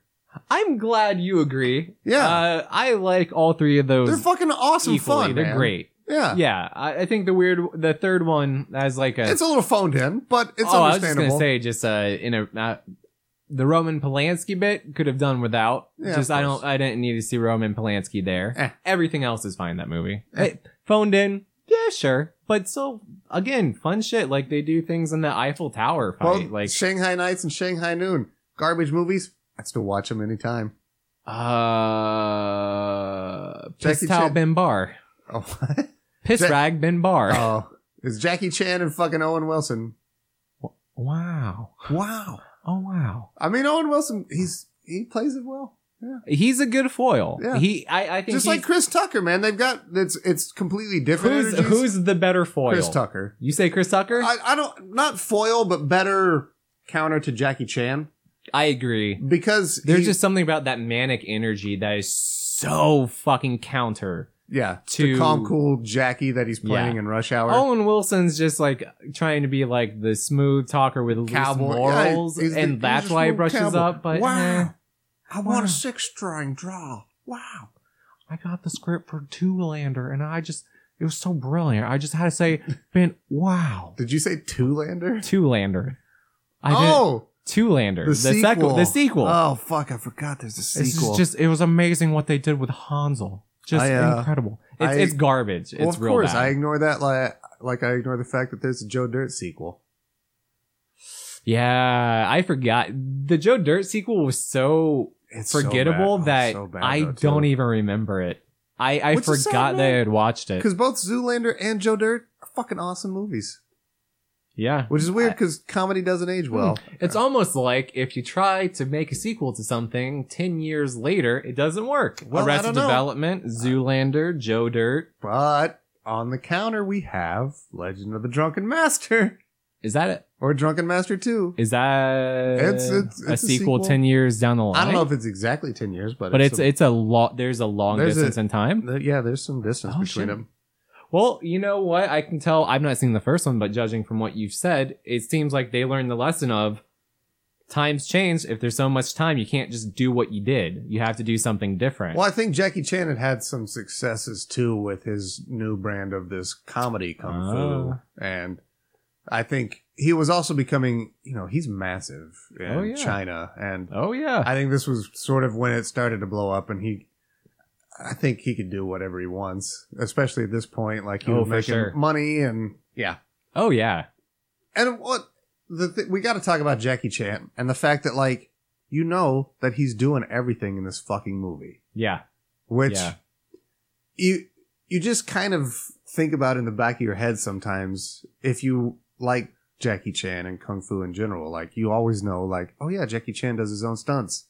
Speaker 2: I'm glad you agree.
Speaker 1: Yeah.
Speaker 2: Uh, I like all three of those.
Speaker 1: They're fucking awesome
Speaker 2: equally.
Speaker 1: fun.
Speaker 2: They're
Speaker 1: man.
Speaker 2: great.
Speaker 1: Yeah.
Speaker 2: Yeah. I, I think the weird, the third one as like a.
Speaker 1: It's a little phoned in, but it's
Speaker 2: oh, I was just
Speaker 1: understandable.
Speaker 2: gonna say, just uh, in a. Uh, the Roman Polanski bit could have done without.
Speaker 1: Yeah,
Speaker 2: just
Speaker 1: of
Speaker 2: I
Speaker 1: course.
Speaker 2: don't. I didn't need to see Roman Polanski there.
Speaker 1: Eh.
Speaker 2: Everything else is fine. in That movie.
Speaker 1: Eh.
Speaker 2: It- phoned in. Yeah, sure. But so again, fun shit. Like they do things in the Eiffel Tower
Speaker 1: Well,
Speaker 2: fight. like
Speaker 1: Shanghai Nights and Shanghai Noon, garbage movies. I'd still watch them anytime.
Speaker 2: Uh,
Speaker 1: Jackie
Speaker 2: piss towel
Speaker 1: Chan.
Speaker 2: bin bar,
Speaker 1: Oh, what?
Speaker 2: piss
Speaker 1: Ja-
Speaker 2: rag bin bar.
Speaker 1: oh, it's Jackie Chan and fucking Owen Wilson.
Speaker 2: Wow!
Speaker 1: Wow.
Speaker 2: Oh wow!
Speaker 1: I mean, Owen Wilson, he's he plays it well.
Speaker 2: He's a good foil.
Speaker 1: Yeah.
Speaker 2: He, I, I think
Speaker 1: Just like
Speaker 2: he's-
Speaker 1: Chris Tucker, man. They've got it's it's completely different.
Speaker 2: who's
Speaker 1: energies.
Speaker 2: who's the better foil?
Speaker 1: Chris Tucker?
Speaker 2: You say Chris Tucker? I,
Speaker 1: I, I don't not foil, but better counter to Jackie Chan
Speaker 2: agree.
Speaker 1: because
Speaker 2: There's
Speaker 1: he-
Speaker 2: just something about that manic energy that is so fucking counter.
Speaker 1: yeah to
Speaker 2: to-
Speaker 1: calm cool Jackie that he's playing in Rush Hour.
Speaker 2: Owen Wilson's just like trying to be like the smooth talker with
Speaker 1: cowboy
Speaker 2: loose morals,
Speaker 1: Yeah, he's the-
Speaker 2: and
Speaker 1: he's
Speaker 2: that's
Speaker 1: just
Speaker 2: why he
Speaker 1: real
Speaker 2: brushes
Speaker 1: cowboy.
Speaker 2: up. But eh,
Speaker 1: I
Speaker 2: Wow.
Speaker 1: six string draw. Wow.
Speaker 2: I got the script for Two Lander, and I just It was so brilliant. I just had to say, Ben, wow.
Speaker 1: Did you say Two Lander?
Speaker 2: Two Lander. I did
Speaker 1: Oh,
Speaker 2: Two Lander.
Speaker 1: the, sequel.
Speaker 2: sequ- the sequel.
Speaker 1: Oh fuck, I forgot. There's a
Speaker 2: This is
Speaker 1: sequel.
Speaker 2: just it was amazing what they did with Hansel. Just
Speaker 1: I, uh,
Speaker 2: incredible. It's,
Speaker 1: I-
Speaker 2: it's garbage.
Speaker 1: well,
Speaker 2: it's
Speaker 1: of
Speaker 2: real
Speaker 1: course, I
Speaker 2: bad.
Speaker 1: ignore that like like I ignore the fact that there's a Joe Dirt sequel.
Speaker 2: yeah, I forgot the Joe Dirt sequel was so
Speaker 1: It's
Speaker 2: forgettable that I don't even remember it. I, I
Speaker 1: What's it say,
Speaker 2: forgot that I
Speaker 1: man?
Speaker 2: had watched it.
Speaker 1: because both Zoolander and Joe Dirt are fucking awesome movies,
Speaker 2: Yeah,
Speaker 1: which is weird because comedy doesn't age well.
Speaker 2: Hmm. it's almost like if you try to make a sequel to something ten years later, it doesn't work.
Speaker 1: Well, I
Speaker 2: Arrested
Speaker 1: don't know.
Speaker 2: Development, Zoolander, Joe Dirt.
Speaker 1: But on the counter we have Legend of the Drunken Master
Speaker 2: Is that it?
Speaker 1: or Drunken Master Two.
Speaker 2: Is that
Speaker 1: It's- it's-
Speaker 2: a,
Speaker 1: it's a
Speaker 2: sequel
Speaker 1: sequel.
Speaker 2: ten years down the line?
Speaker 1: I don't know if it's exactly ten years, but
Speaker 2: but it's
Speaker 1: a-
Speaker 2: it's a lot. There's a long
Speaker 1: There's
Speaker 2: distance
Speaker 1: a-
Speaker 2: in time.
Speaker 1: th- yeah. There's some distance
Speaker 2: Oh, shit.
Speaker 1: between them.
Speaker 2: Well, you know what? I can tell. I've not seen the first one, but judging from what you've said, it seems like they learned the lesson of times change. If there's so much time, you can't just do what you did. You have to do something different.
Speaker 1: Well, I think Jackie Chan had had some successes too with his new brand of this comedy kung fu,
Speaker 2: Oh.
Speaker 1: and I think he was also becoming, you know, he's massive in
Speaker 2: Oh, yeah.
Speaker 1: China, and
Speaker 2: Oh yeah,
Speaker 1: I think this was sort of when it started to blow up, and he, I think he could do whatever he wants, especially at this point, like he
Speaker 2: Oh,
Speaker 1: was
Speaker 2: for
Speaker 1: making
Speaker 2: sure.
Speaker 1: money, and yeah,
Speaker 2: oh yeah.
Speaker 1: and what the th- we got to talk about Jackie Chan and the fact that like you know that he's doing everything in this fucking movie
Speaker 2: Yeah.
Speaker 1: which
Speaker 2: Yeah.
Speaker 1: you you just kind of think about in the back of your head sometimes if you like Jackie Chan and kung fu in general like you always know like oh yeah Jackie Chan does his own stunts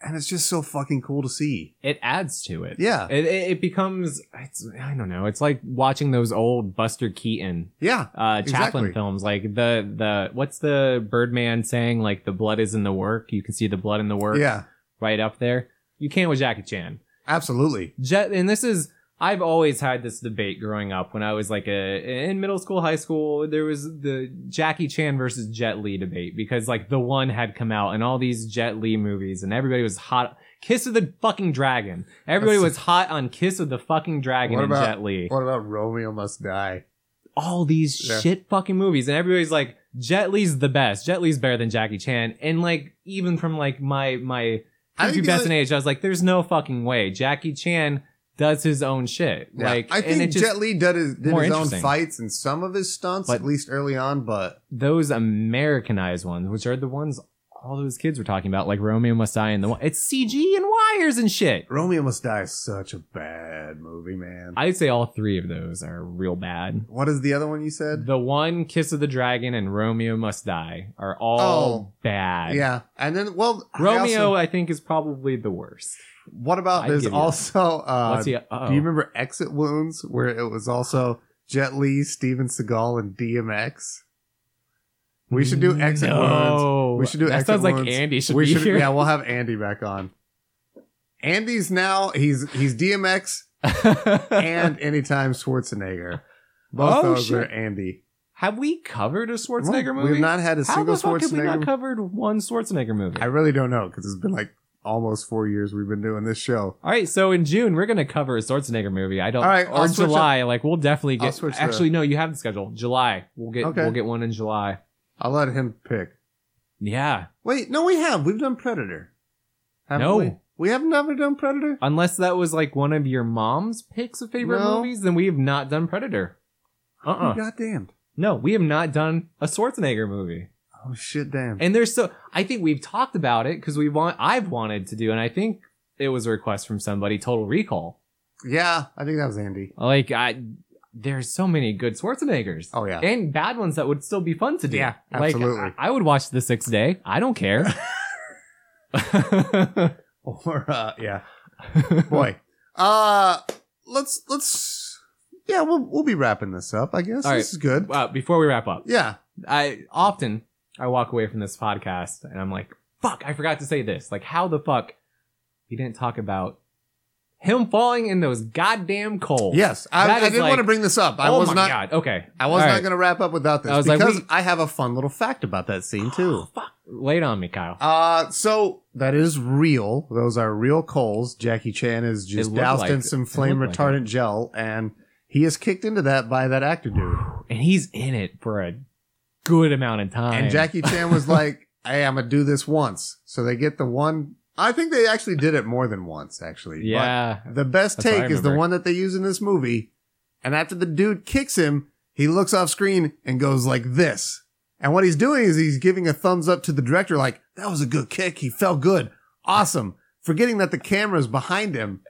Speaker 1: and it's just so fucking cool to see
Speaker 2: It adds to it.
Speaker 1: yeah
Speaker 2: It, it, it becomes, it's, I don't know, it's like watching those old Buster Keaton
Speaker 1: yeah
Speaker 2: uh, Chaplin
Speaker 1: Exactly.
Speaker 2: films. Like the, the, what's the Birdman saying? Like the blood is in the work. You can see the blood in the work
Speaker 1: yeah
Speaker 2: right up there. You can with Jackie Chan.
Speaker 1: absolutely
Speaker 2: Jet, and this is I've always had this debate growing up when I was like a in middle school, high school. There was the Jackie Chan versus Jet Li debate because like the one had come out and all these Jet Li movies and everybody was hot. Kiss of the fucking dragon. Everybody
Speaker 1: That's-
Speaker 2: was hot on Kiss of the fucking dragon
Speaker 1: What
Speaker 2: and
Speaker 1: about-
Speaker 2: Jet Li.
Speaker 1: what about Romeo Must Die
Speaker 2: All these
Speaker 1: Yeah.
Speaker 2: shit fucking movies and everybody's like Jet Li's the best. Jet Li's better than Jackie Chan. And like even from like my my
Speaker 1: I
Speaker 2: country
Speaker 1: think the
Speaker 2: best
Speaker 1: only-
Speaker 2: in age, I was like, there's no fucking way. Jackie Chan does his own shit.
Speaker 1: Yeah.
Speaker 2: Like,
Speaker 1: I
Speaker 2: and it
Speaker 1: think
Speaker 2: just,
Speaker 1: Jet Li did his, did
Speaker 2: more
Speaker 1: his own
Speaker 2: interesting.
Speaker 1: fights and some of his stunts
Speaker 2: But-
Speaker 1: at least early on but
Speaker 2: those Americanized ones, which are the ones all those kids were talking about, like Romeo Must Die and the one, it's CG and wires and shit.
Speaker 1: Romeo Must Die is such a bad movie man
Speaker 2: I'd say all three of those are real bad.
Speaker 1: what is the other one you said
Speaker 2: The one Kiss of the Dragon and Romeo Must Die are all bad.
Speaker 1: Oh, Yeah, and then well, I
Speaker 2: Romeo,
Speaker 1: also-
Speaker 2: I think, is probably the worst.
Speaker 1: what about
Speaker 2: I'd
Speaker 1: there's
Speaker 2: give you
Speaker 1: also? Uh,
Speaker 2: What's he? oh.
Speaker 1: do you remember Exit Wounds, where it was also Jet Li, Steven Seagal, and DMX? We should do Exit Wounds.
Speaker 2: no.
Speaker 1: We should do
Speaker 2: That
Speaker 1: Exit
Speaker 2: sounds like
Speaker 1: Wounds.
Speaker 2: Andy should
Speaker 1: we
Speaker 2: be
Speaker 1: should,
Speaker 2: here.
Speaker 1: yeah, we'll have Andy back on. Andy's now he's he's DMX and anytime Schwarzenegger. Both
Speaker 2: Oh,
Speaker 1: those
Speaker 2: shit.
Speaker 1: are Andy.
Speaker 2: Have we covered a Schwarzenegger
Speaker 1: Well,
Speaker 2: movie?
Speaker 1: We've not had a
Speaker 2: How
Speaker 1: single
Speaker 2: the fuck have we
Speaker 1: Schwarzenegger.
Speaker 2: not covered one Schwarzenegger movie?
Speaker 1: I really don't know because it's been like almost four years we've been doing this show.
Speaker 2: All right, so in June we're gonna cover a Schwarzenegger movie. I don't.
Speaker 1: All right,
Speaker 2: or
Speaker 1: I'll switch
Speaker 2: July, like we'll definitely
Speaker 1: I'll
Speaker 2: get.
Speaker 1: switch the-
Speaker 2: Actually, no, you have the schedule. July, we'll get
Speaker 1: Okay.
Speaker 2: we'll get one in July.
Speaker 1: I'll let him pick.
Speaker 2: Yeah,
Speaker 1: Wait, no, we have. We've done Predator. Haven't
Speaker 2: No.
Speaker 1: we? We have never done Predator.
Speaker 2: unless that was like one of your mom's picks of favorite
Speaker 1: No.
Speaker 2: movies, then we have not done Predator. Uh uh
Speaker 1: God damn.
Speaker 2: No, we have not done a Schwarzenegger movie.
Speaker 1: Oh shit, damn.
Speaker 2: And there's so I think we've talked about it because we want I've wanted to do, and I think it was a request from somebody. Total Recall.
Speaker 1: yeah, I think that was Andy.
Speaker 2: Like I, there's so many good Schwarzeneggers.
Speaker 1: Oh yeah.
Speaker 2: and bad ones that would still be fun to do.
Speaker 1: Yeah,
Speaker 2: Like,
Speaker 1: absolutely.
Speaker 2: I, I would watch The Sixth Day. I don't care.
Speaker 1: Or uh, yeah, boy. Uh, let's let's. Yeah, we'll we'll be wrapping this up. I guess
Speaker 2: All right.
Speaker 1: this is good.
Speaker 2: uh, before we wrap up,
Speaker 1: Yeah.
Speaker 2: I often I walk away from this podcast and I'm like, "Fuck, I forgot to say this." Like, how the fuck we didn't talk about him falling in those goddamn coals?
Speaker 1: Yes, I,
Speaker 2: That
Speaker 1: I
Speaker 2: is
Speaker 1: didn't want to
Speaker 2: like-
Speaker 1: bring this up. I
Speaker 2: oh
Speaker 1: was
Speaker 2: my
Speaker 1: not.
Speaker 2: god. Okay.
Speaker 1: I was
Speaker 2: All
Speaker 1: not
Speaker 2: right.
Speaker 1: going to wrap up without this
Speaker 2: I was like,
Speaker 1: because
Speaker 2: we-
Speaker 1: I have a fun little fact about that scene too.
Speaker 2: Oh, fuck. Lay it on me, Kyle.
Speaker 1: Uh, so that is real. Those are real coals. Jackie Chan is
Speaker 2: It
Speaker 1: just
Speaker 2: looked
Speaker 1: doused
Speaker 2: like
Speaker 1: in
Speaker 2: it.
Speaker 1: some
Speaker 2: It
Speaker 1: flame
Speaker 2: looked like
Speaker 1: retardant gel and He is kicked into that by that actor dude.
Speaker 2: and he's in it for a good amount of time.
Speaker 1: And Jackie Chan was like, "Hey, I'm gonna do this once." So they get the one. I think they actually did it more than once, actually. But
Speaker 2: yeah,
Speaker 1: the best
Speaker 2: That's what I
Speaker 1: take is the
Speaker 2: remember.
Speaker 1: one that they use in this movie. And after the dude kicks him, he looks off screen and goes like this. And what he's doing is he's giving a thumbs up to the director, like, that was a good kick. He felt good. Awesome. Forgetting that the camera's behind him.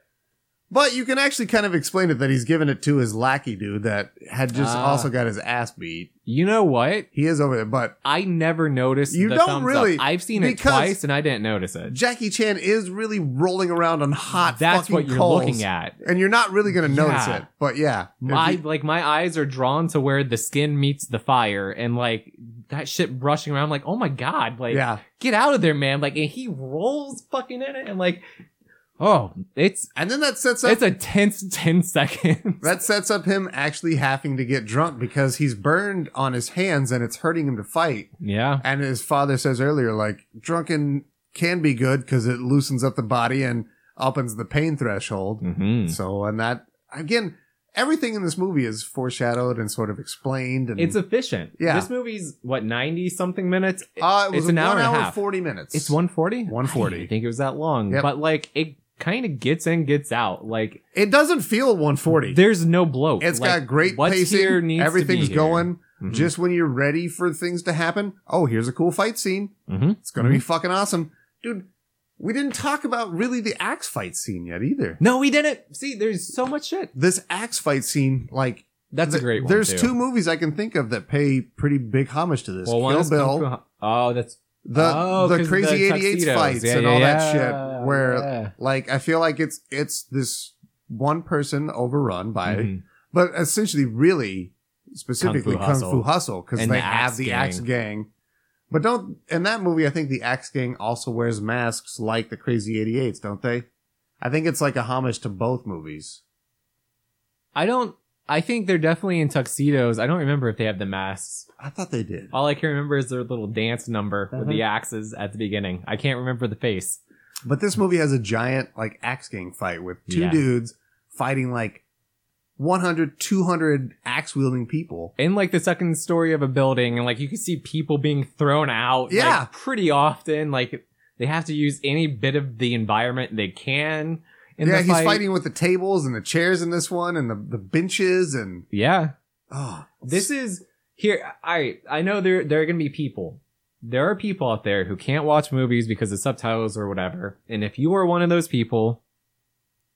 Speaker 1: But you can actually kind of explain it that he's giving it to his lackey dude that had just
Speaker 2: Ah.
Speaker 1: also got his ass beat.
Speaker 2: you know what?
Speaker 1: He is over there, but
Speaker 2: I never noticed.
Speaker 1: You
Speaker 2: the
Speaker 1: don't
Speaker 2: thumbs
Speaker 1: really,
Speaker 2: Up. I've seen it
Speaker 1: because-
Speaker 2: twice and I didn't notice it.
Speaker 1: Jackie Chan is really rolling around on hot
Speaker 2: That's
Speaker 1: fucking
Speaker 2: what you're
Speaker 1: coals,
Speaker 2: looking at.
Speaker 1: And you're not really going to notice
Speaker 2: Yeah.
Speaker 1: it. But yeah. If
Speaker 2: My
Speaker 1: you-
Speaker 2: like my eyes are drawn to where the skin meets the fire, and like that shit brushing around. like, oh my god, like
Speaker 1: yeah.
Speaker 2: get out of there, man! Like, and he rolls fucking in it, and like, oh, it's
Speaker 1: And then that sets up
Speaker 2: it's a tense ten seconds.
Speaker 1: That sets up him actually having to get drunk because he's burned on his hands and it's hurting him to fight.
Speaker 2: yeah,
Speaker 1: And his father says earlier, like, drunken can be good because it loosens up the body and upends the pain threshold.
Speaker 2: mm-hmm.
Speaker 1: So, and that, again, everything in this movie is foreshadowed and sort of explained. And,
Speaker 2: it's efficient.
Speaker 1: Yeah.
Speaker 2: this movie's what ninety something minutes.
Speaker 1: uh, it was
Speaker 2: it's an hour
Speaker 1: one
Speaker 2: and a
Speaker 1: hour,
Speaker 2: half.
Speaker 1: 40 minutes.
Speaker 2: It's 140?
Speaker 1: 140.
Speaker 2: I didn't think it was that long.
Speaker 1: Yep.
Speaker 2: But like it kind of gets in, gets out. Like
Speaker 1: It doesn't feel 140. It's
Speaker 2: there's no bloat. It's
Speaker 1: got great pacing. Everything's going.
Speaker 2: Just
Speaker 1: Just when you're ready for things to happen, oh, here's a cool fight scene.
Speaker 2: Mm-hmm.
Speaker 1: It's gonna be fucking awesome, dude. We didn't talk about really the axe fight scene yet either.
Speaker 2: No, we didn't. See, there's so much shit.
Speaker 1: This axe fight scene, like
Speaker 2: That's a
Speaker 1: th-
Speaker 2: great one.
Speaker 1: There's
Speaker 2: too.
Speaker 1: two movies I can think of that pay pretty big homage to this.
Speaker 2: Well, one
Speaker 1: Kill
Speaker 2: is Kung
Speaker 1: Bill,
Speaker 2: Fu- Oh, that's
Speaker 1: the
Speaker 2: oh,
Speaker 1: the
Speaker 2: 'cause
Speaker 1: crazy
Speaker 2: the
Speaker 1: eighty eight
Speaker 2: tuxedos.
Speaker 1: fights
Speaker 2: Yeah,
Speaker 1: and
Speaker 2: yeah,
Speaker 1: all
Speaker 2: yeah.
Speaker 1: that shit. Where
Speaker 2: Yeah.
Speaker 1: like I feel like it's it's this one person overrun by,
Speaker 2: Mhm.
Speaker 1: but essentially really specifically Kung
Speaker 2: Hustle.
Speaker 1: Fu, Hustle because
Speaker 2: And
Speaker 1: they
Speaker 2: the Axe
Speaker 1: have the
Speaker 2: Gang.
Speaker 1: Axe Gang. But don't in that movie, I think the Axe Gang also wears masks like the Crazy Eighty Eights, don't they? I think it's like a homage to both movies.
Speaker 2: I don't. I think they're definitely in tuxedos. I don't remember if they have the masks.
Speaker 1: I thought they did.
Speaker 2: All I can remember is their little dance number with
Speaker 1: Mhm.
Speaker 2: the axes at the beginning. I can't remember the face.
Speaker 1: But this movie has a giant like axe gang fight with two
Speaker 2: Yeah.
Speaker 1: dudes fighting like 100, 200 axe wielding people.
Speaker 2: in like the second story of a building and like you can see people being thrown out
Speaker 1: Yeah.
Speaker 2: like, pretty often like they have to use any bit of the environment they can in
Speaker 1: yeah,
Speaker 2: the
Speaker 1: he's
Speaker 2: fight.
Speaker 1: fighting with the tables and the chairs in this one and the, the benches and
Speaker 2: yeah
Speaker 1: oh
Speaker 2: this is here i i know there there are gonna be people there are people out there who can't watch movies because of subtitles or whatever and if you are one of those people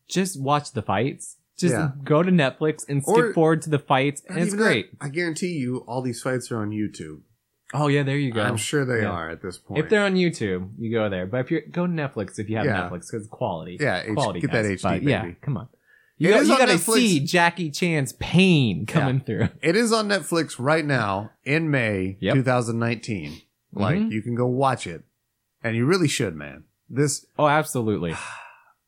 Speaker 2: just watch the fights just
Speaker 1: Yeah.
Speaker 2: go to netflix and skip
Speaker 1: Or-
Speaker 2: forward to the fights and
Speaker 1: not
Speaker 2: it's
Speaker 1: even that.
Speaker 2: great
Speaker 1: I guarantee you all these fights are on YouTube.
Speaker 2: oh yeah there you go
Speaker 1: I'm sure they
Speaker 2: Yeah.
Speaker 1: are at this point.
Speaker 2: If they're on YouTube, you go there. But if you're go to Netflix if you have
Speaker 1: Yeah.
Speaker 2: Netflix because quality,
Speaker 1: yeah, H-
Speaker 2: quality.
Speaker 1: get that
Speaker 2: guys.
Speaker 1: HD
Speaker 2: But
Speaker 1: baby.
Speaker 2: Yeah, come on. You,
Speaker 1: It
Speaker 2: got,
Speaker 1: is
Speaker 2: you
Speaker 1: on
Speaker 2: gotta
Speaker 1: Netflix.
Speaker 2: see Jackie Chan's pain coming through.
Speaker 1: It is on Netflix right now in May
Speaker 2: Yep.
Speaker 1: 2019. Like
Speaker 2: Mhm.
Speaker 1: you can go watch it, and you really should, man. This
Speaker 2: Oh, absolutely.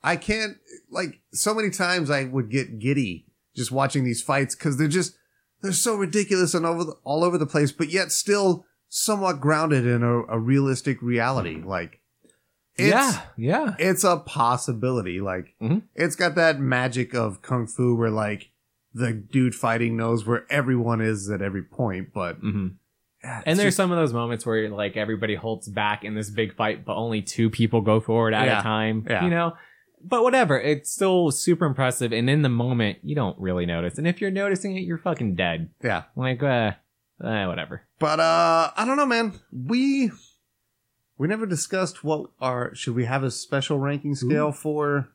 Speaker 1: I can't like so many times I would get giddy just watching these fights because they're just they're so ridiculous and over the, all over the place, but yet still somewhat grounded in a, a realistic reality. Like it's,
Speaker 2: Mm-hmm. yeah, yeah.
Speaker 1: it's a possibility. Like
Speaker 2: Mhm.
Speaker 1: it's got that magic of kung fu where like the dude fighting knows where everyone is at every point, but
Speaker 2: hmm
Speaker 1: yeah,
Speaker 2: And
Speaker 1: it's
Speaker 2: there's
Speaker 1: just-
Speaker 2: some of those moments where like everybody holds back in this big fight, but only two people go forward at
Speaker 1: Yeah.
Speaker 2: a time.
Speaker 1: Yeah.
Speaker 2: You know. But whatever, it's still super impressive, and in the moment, you don't really notice. And if you're noticing it, you're fucking dead.
Speaker 1: yeah.
Speaker 2: Like, uh, uh whatever.
Speaker 1: But uh I don't know, man. We we never discussed what our should we have a special ranking scale for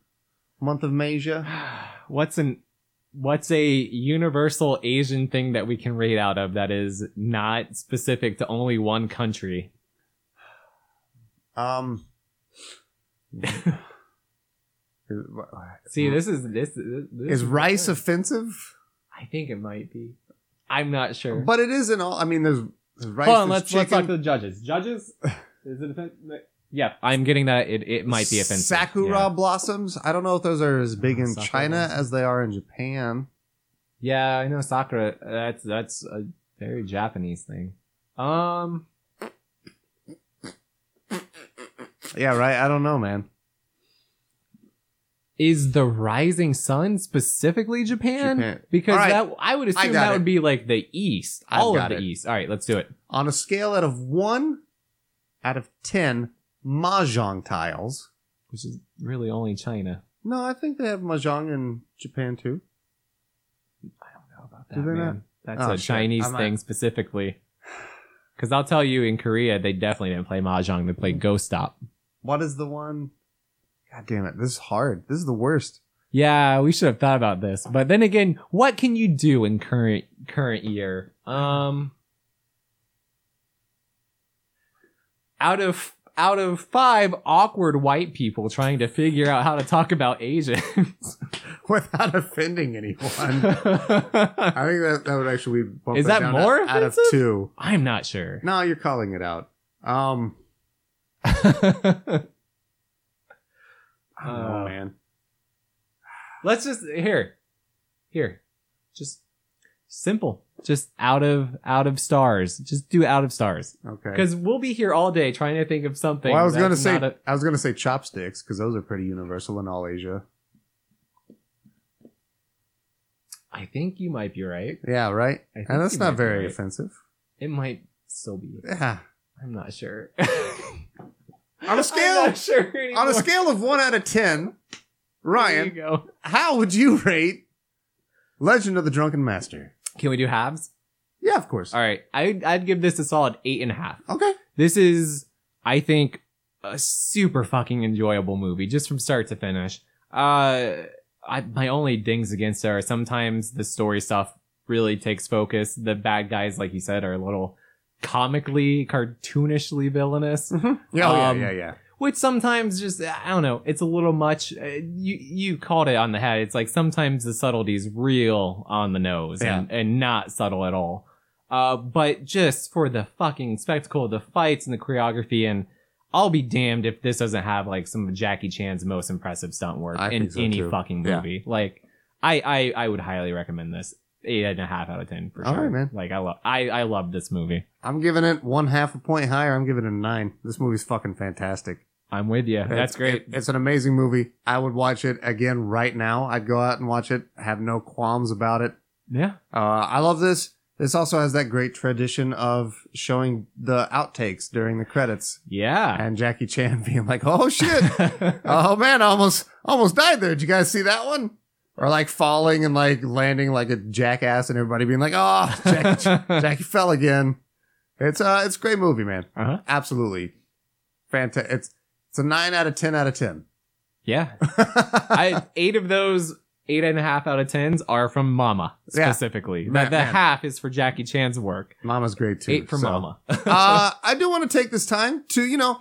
Speaker 1: month of Masia?
Speaker 2: what's an what's a universal asian thing that we can rate out of that is not specific to only one country
Speaker 1: Um
Speaker 2: see this is this, this
Speaker 1: Hmm. is rice offensive?
Speaker 2: i think it might be i'm not sure
Speaker 1: But it is in all. I mean, there's, there's rice.
Speaker 2: hold on
Speaker 1: there's
Speaker 2: let's let's talk
Speaker 1: chicken.
Speaker 2: to the judges judges is it offensive yeah i'm getting that it, it might be offensive
Speaker 1: Sakura
Speaker 2: yeah.
Speaker 1: blossoms. I don't know if those are as big in
Speaker 2: Sakura
Speaker 1: China
Speaker 2: blossoms.
Speaker 1: as they are in Japan.
Speaker 2: yeah i know sakura that's that's a very japanese thing um
Speaker 1: Yeah, right. I don't know, man.
Speaker 2: Is the rising sun specifically Japan?
Speaker 1: Japan.
Speaker 2: Because
Speaker 1: All right.
Speaker 2: that I would assume
Speaker 1: got
Speaker 2: that
Speaker 1: it.
Speaker 2: would be like the east,
Speaker 1: I've
Speaker 2: all of
Speaker 1: got
Speaker 2: the
Speaker 1: it.
Speaker 2: east. All right, let's do it.
Speaker 1: On a scale out of one out of ten mahjong tiles.
Speaker 2: Which is really only China.
Speaker 1: No, I think they have mahjong in Japan too.
Speaker 2: I don't know about
Speaker 1: Do
Speaker 2: that,
Speaker 1: they
Speaker 2: man. That's
Speaker 1: Oh,
Speaker 2: a
Speaker 1: shit.
Speaker 2: Chinese
Speaker 1: I might-
Speaker 2: thing specifically. Because I'll tell you, in Korea, they definitely didn't play mahjong. They played Ghost Stop.
Speaker 1: What is the one? God damn it! This is hard. This is the worst.
Speaker 2: Yeah, we should have thought about this. But then again, what can you do in current current year? Um, out of out of five awkward white people trying to figure out how to talk about Asians.
Speaker 1: Without offending anyone,
Speaker 2: I'm
Speaker 1: I think that that would actually be. bump
Speaker 2: Is
Speaker 1: it
Speaker 2: that
Speaker 1: down
Speaker 2: more
Speaker 1: out, out of
Speaker 2: offensive?
Speaker 1: two?
Speaker 2: not sure.
Speaker 1: No, you're calling it out. Um, I don't know,
Speaker 2: Uh,
Speaker 1: oh, man.
Speaker 2: Let's just here, here, just simple. Just out of out of stars. Just do out of stars
Speaker 1: Okay.
Speaker 2: because we'll be here all day trying to think of something.
Speaker 1: Well, I was gonna
Speaker 2: that's
Speaker 1: say
Speaker 2: not a-
Speaker 1: I was gonna say chopsticks because those are pretty universal in all Asia.
Speaker 2: I think you might be right.
Speaker 1: Yeah, right.
Speaker 2: I think
Speaker 1: And that's
Speaker 2: you might
Speaker 1: not
Speaker 2: be
Speaker 1: very
Speaker 2: right.
Speaker 1: offensive.
Speaker 2: It might still be.
Speaker 1: Yeah.
Speaker 2: I'm not sure.
Speaker 1: On a
Speaker 2: I'm
Speaker 1: scale
Speaker 2: not sure
Speaker 1: on
Speaker 2: anymore.
Speaker 1: a scale of one out of ten,
Speaker 2: There you
Speaker 1: Ryan,
Speaker 2: go.
Speaker 1: how would you rate Legend of the Drunken Master?
Speaker 2: Can we do halves?
Speaker 1: Yeah, of course.
Speaker 2: All right. I'd, I'd give this a solid eight and a half.
Speaker 1: Okay.
Speaker 2: This is, I think, a super fucking enjoyable movie, just from start to finish. Uh, I, my only dings against it are sometimes the story stuff really takes focus. The bad guys, like you said, are a little comically, cartoonishly villainous.
Speaker 1: Yeah, oh,
Speaker 2: Um,
Speaker 1: yeah, yeah, yeah.
Speaker 2: which sometimes just I don't know, it's a little much. Uh, You you called it on the head. It's like sometimes the subtlety's real on the nose and, and not subtle at all. Uh, but just for the fucking spectacle, the fights and the choreography, and I'll be damned if this doesn't have like some of Jackie Chan's most impressive stunt work
Speaker 1: I
Speaker 2: in
Speaker 1: think so,
Speaker 2: any
Speaker 1: too.
Speaker 2: fucking
Speaker 1: Yeah.
Speaker 2: movie. Like I, I I would highly recommend this. Eight and a half out of ten for
Speaker 1: All
Speaker 2: sure.
Speaker 1: right, man.
Speaker 2: Like I love I I love this movie.
Speaker 1: I'm giving it one half a point higher. I'm giving it a nine. This movie's fucking fantastic.
Speaker 2: I'm with you.
Speaker 1: It's-
Speaker 2: That's great.
Speaker 1: it- it's an amazing movie. I would watch it again right now. I'd go out and watch it. Have no qualms about it.
Speaker 2: yeah.
Speaker 1: Uh, I love this. This also has that great tradition of showing the outtakes during the credits
Speaker 2: Yeah.
Speaker 1: and Jackie Chan being like, "Oh shit, oh man, I almost almost died there. Did you guys see that one?" Or like falling and like landing like a jackass and everybody being like, "Oh, Jackie, Chan- Jackie fell again." It's uh, it's a great movie, man.
Speaker 2: Uh-huh.
Speaker 1: Absolutely fantastic. It's it's a nine out of ten out of ten.
Speaker 2: Yeah. I eight of those eight and a half out of tens are from Mama
Speaker 1: Yeah.
Speaker 2: specifically.
Speaker 1: Man,
Speaker 2: the the
Speaker 1: man.
Speaker 2: half is for Jackie Chan's work.
Speaker 1: Mama's great too.
Speaker 2: eight for
Speaker 1: so.
Speaker 2: Mama.
Speaker 1: uh, I do want to take this time to you know,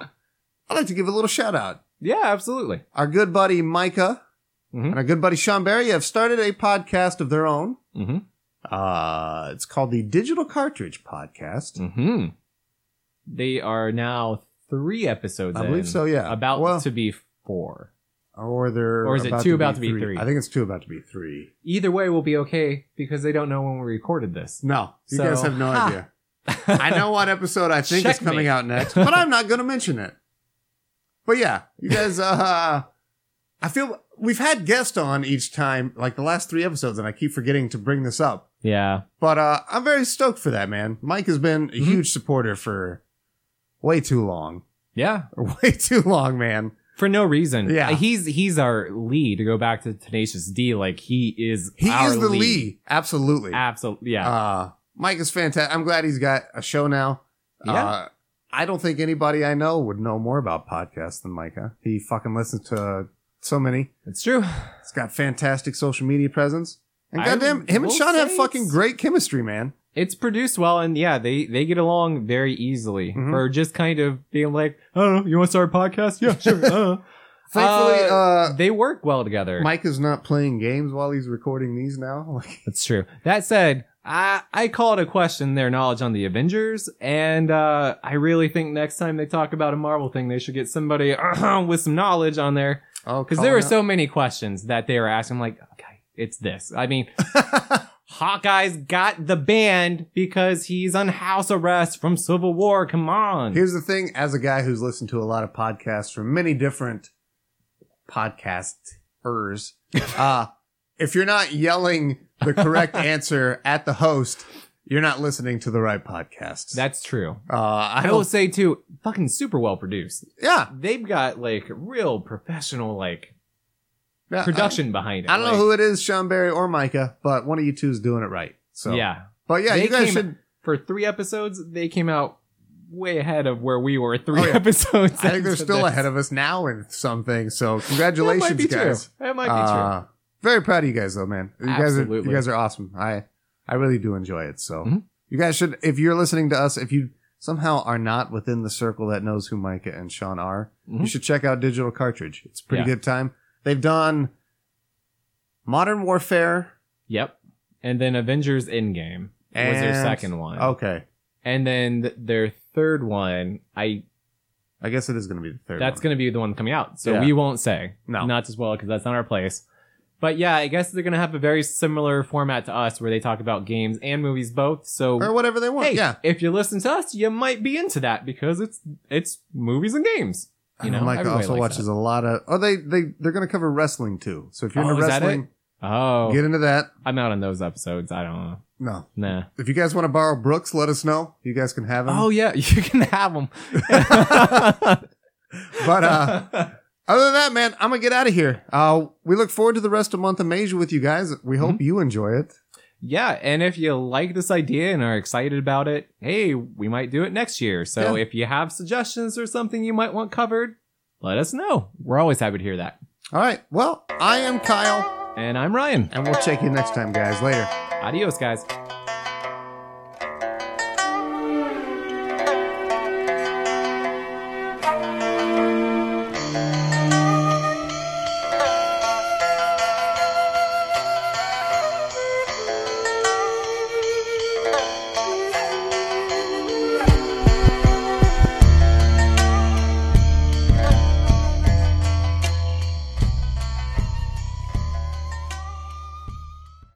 Speaker 1: I'd like to give a little shout out.
Speaker 2: yeah, absolutely.
Speaker 1: our good buddy Micah
Speaker 2: Mhm.
Speaker 1: and our good buddy Sean Barry have started a podcast of their own.
Speaker 2: hmm
Speaker 1: Uh, it's called the Digital Cartridge Podcast.
Speaker 2: hmm They are now three episodes.
Speaker 1: I
Speaker 2: in,
Speaker 1: believe so. Yeah,
Speaker 2: Mm-hmm. About
Speaker 1: well,
Speaker 2: to be four.
Speaker 1: or they're
Speaker 2: or is it two about to be three?
Speaker 1: I think it's two about to be three.
Speaker 2: Either way, we'll be okay because they don't know when we recorded this.
Speaker 1: No, you
Speaker 2: So-
Speaker 1: guys have no
Speaker 2: Ha!
Speaker 1: idea. I know what episode I think is
Speaker 2: Checkmate.
Speaker 1: coming out next, but I'm not going to mention it. But yeah, you guys. Uh, I feel we've had guests on each time, like the last three episodes, and I keep forgetting to bring this up.
Speaker 2: Yeah.
Speaker 1: But uh, I'm very stoked for that, man. Mike has been a
Speaker 2: Mhm.
Speaker 1: huge supporter for way too long.
Speaker 2: Yeah.
Speaker 1: Way too long, man.
Speaker 2: For no reason.
Speaker 1: Yeah.
Speaker 2: He's he's our lead. To go back to Tenacious D, like he is.
Speaker 1: He
Speaker 2: our
Speaker 1: is the Lee. Absolutely.
Speaker 2: Absolutely. Yeah.
Speaker 1: Uh, Mike is fantastic. I'm glad he's got a show now.
Speaker 2: yeah.
Speaker 1: Uh, I don't think anybody I know would know more about podcasts than Micah. He fucking listens to so many.
Speaker 2: It's true.
Speaker 1: He's got fantastic social media presence. And
Speaker 2: I
Speaker 1: goddamn, him and
Speaker 2: will
Speaker 1: Sean have
Speaker 2: say
Speaker 1: fucking
Speaker 2: it's-
Speaker 1: great chemistry, man.
Speaker 2: it's produced well and yeah they they get along very easily
Speaker 1: Mhm.
Speaker 2: for just kind of being like oh you want to start a podcast yeah sure uh.
Speaker 1: Thankfully,
Speaker 2: Uh,
Speaker 1: uh,
Speaker 2: they work well together
Speaker 1: Mike is not playing games while he's recording these now. Like,
Speaker 2: that's true that said i i call it a question their knowledge on the avengers and uh i really think next time they talk about a marvel thing they should get somebody with some knowledge on there
Speaker 1: oh,
Speaker 2: because there were so many questions that they were asking I'm like okay it's this i mean
Speaker 1: so.
Speaker 2: hawkeye's got the band because he's on house arrest from civil war come on
Speaker 1: Here's the thing as a guy who's listened to a lot of podcasts from many different podcast ers. Uh, if you're not yelling the correct answer at the host, you're not listening to the right podcast.
Speaker 2: That's true.
Speaker 1: uh, I
Speaker 2: I will
Speaker 1: don't.
Speaker 2: say too, fucking super well produced.
Speaker 1: Yeah,
Speaker 2: They've got like real professional like
Speaker 1: Yeah, I-
Speaker 2: production behind it.
Speaker 1: I, don't know
Speaker 2: Like,
Speaker 1: who it is, Sean Barry or Micah, but one of you two is doing it right. So
Speaker 2: Yeah,
Speaker 1: but yeah,
Speaker 2: They
Speaker 1: you guys
Speaker 2: came-
Speaker 1: should.
Speaker 2: for three episodes, they came out way ahead of where we were three
Speaker 1: Oh, yeah.
Speaker 2: episodes.
Speaker 1: I think they're still ahead of us now in some things. So congratulations,
Speaker 2: That might be
Speaker 1: guys.
Speaker 2: true. That might be true.
Speaker 1: Uh, Very proud of you guys, though, man. You guys are
Speaker 2: Absolutely.
Speaker 1: you guys are awesome. I I really do enjoy it. So
Speaker 2: Mhm.
Speaker 1: you guys should, if you're listening to us, if you somehow are not within the circle that knows who Micah and Sean are, you
Speaker 2: Mhm.
Speaker 1: should check out Digital Cartridge. It's a pretty
Speaker 2: Yeah.
Speaker 1: good time. They've done Modern Warfare.
Speaker 2: Yep. And then Avengers Endgame was their
Speaker 1: And- oh.
Speaker 2: second one.
Speaker 1: Okay,
Speaker 2: And then th- their third one, I
Speaker 1: I guess it is going to be the third.
Speaker 2: that's
Speaker 1: one.
Speaker 2: going to be the one coming out. So
Speaker 1: Yeah.
Speaker 2: we won't say.
Speaker 1: No.
Speaker 2: Not as well because that's not our place. But yeah, I guess they're going to have a very similar format to us where they talk about games and movies both.
Speaker 1: or
Speaker 2: So
Speaker 1: whatever they want.
Speaker 2: hey,
Speaker 1: yeah,
Speaker 2: if you listen to us, you might be into that because it's it's movies and games. You know,
Speaker 1: Micah
Speaker 2: everybody
Speaker 1: also
Speaker 2: likes
Speaker 1: watches a lot of. Oh, they they they're going to cover wrestling too. So if you're
Speaker 2: Oh,
Speaker 1: into
Speaker 2: is that it?
Speaker 1: wrestling,
Speaker 2: Oh,
Speaker 1: get into that.
Speaker 2: I'm out on those episodes. I don't know.
Speaker 1: No,
Speaker 2: Nah.
Speaker 1: If you guys want to borrow Brooks, let us know. You guys can have him.
Speaker 2: Oh yeah, you can have them.
Speaker 1: But uh, other than that, man, I'm gonna get out of here. Uh, we look forward to the rest of month of Asia with you guys. We hope you enjoy it.
Speaker 2: Yeah, and if you like this idea and are excited about it, hey, we might do it next year. So
Speaker 1: Yeah.
Speaker 2: if you have suggestions or something you might want covered, let us know. We're always happy to hear that.
Speaker 1: All right. Well, I am Kyle,
Speaker 2: And I'm Ryan.
Speaker 1: and we'll check you next time, guys. Later.
Speaker 2: Adios, guys.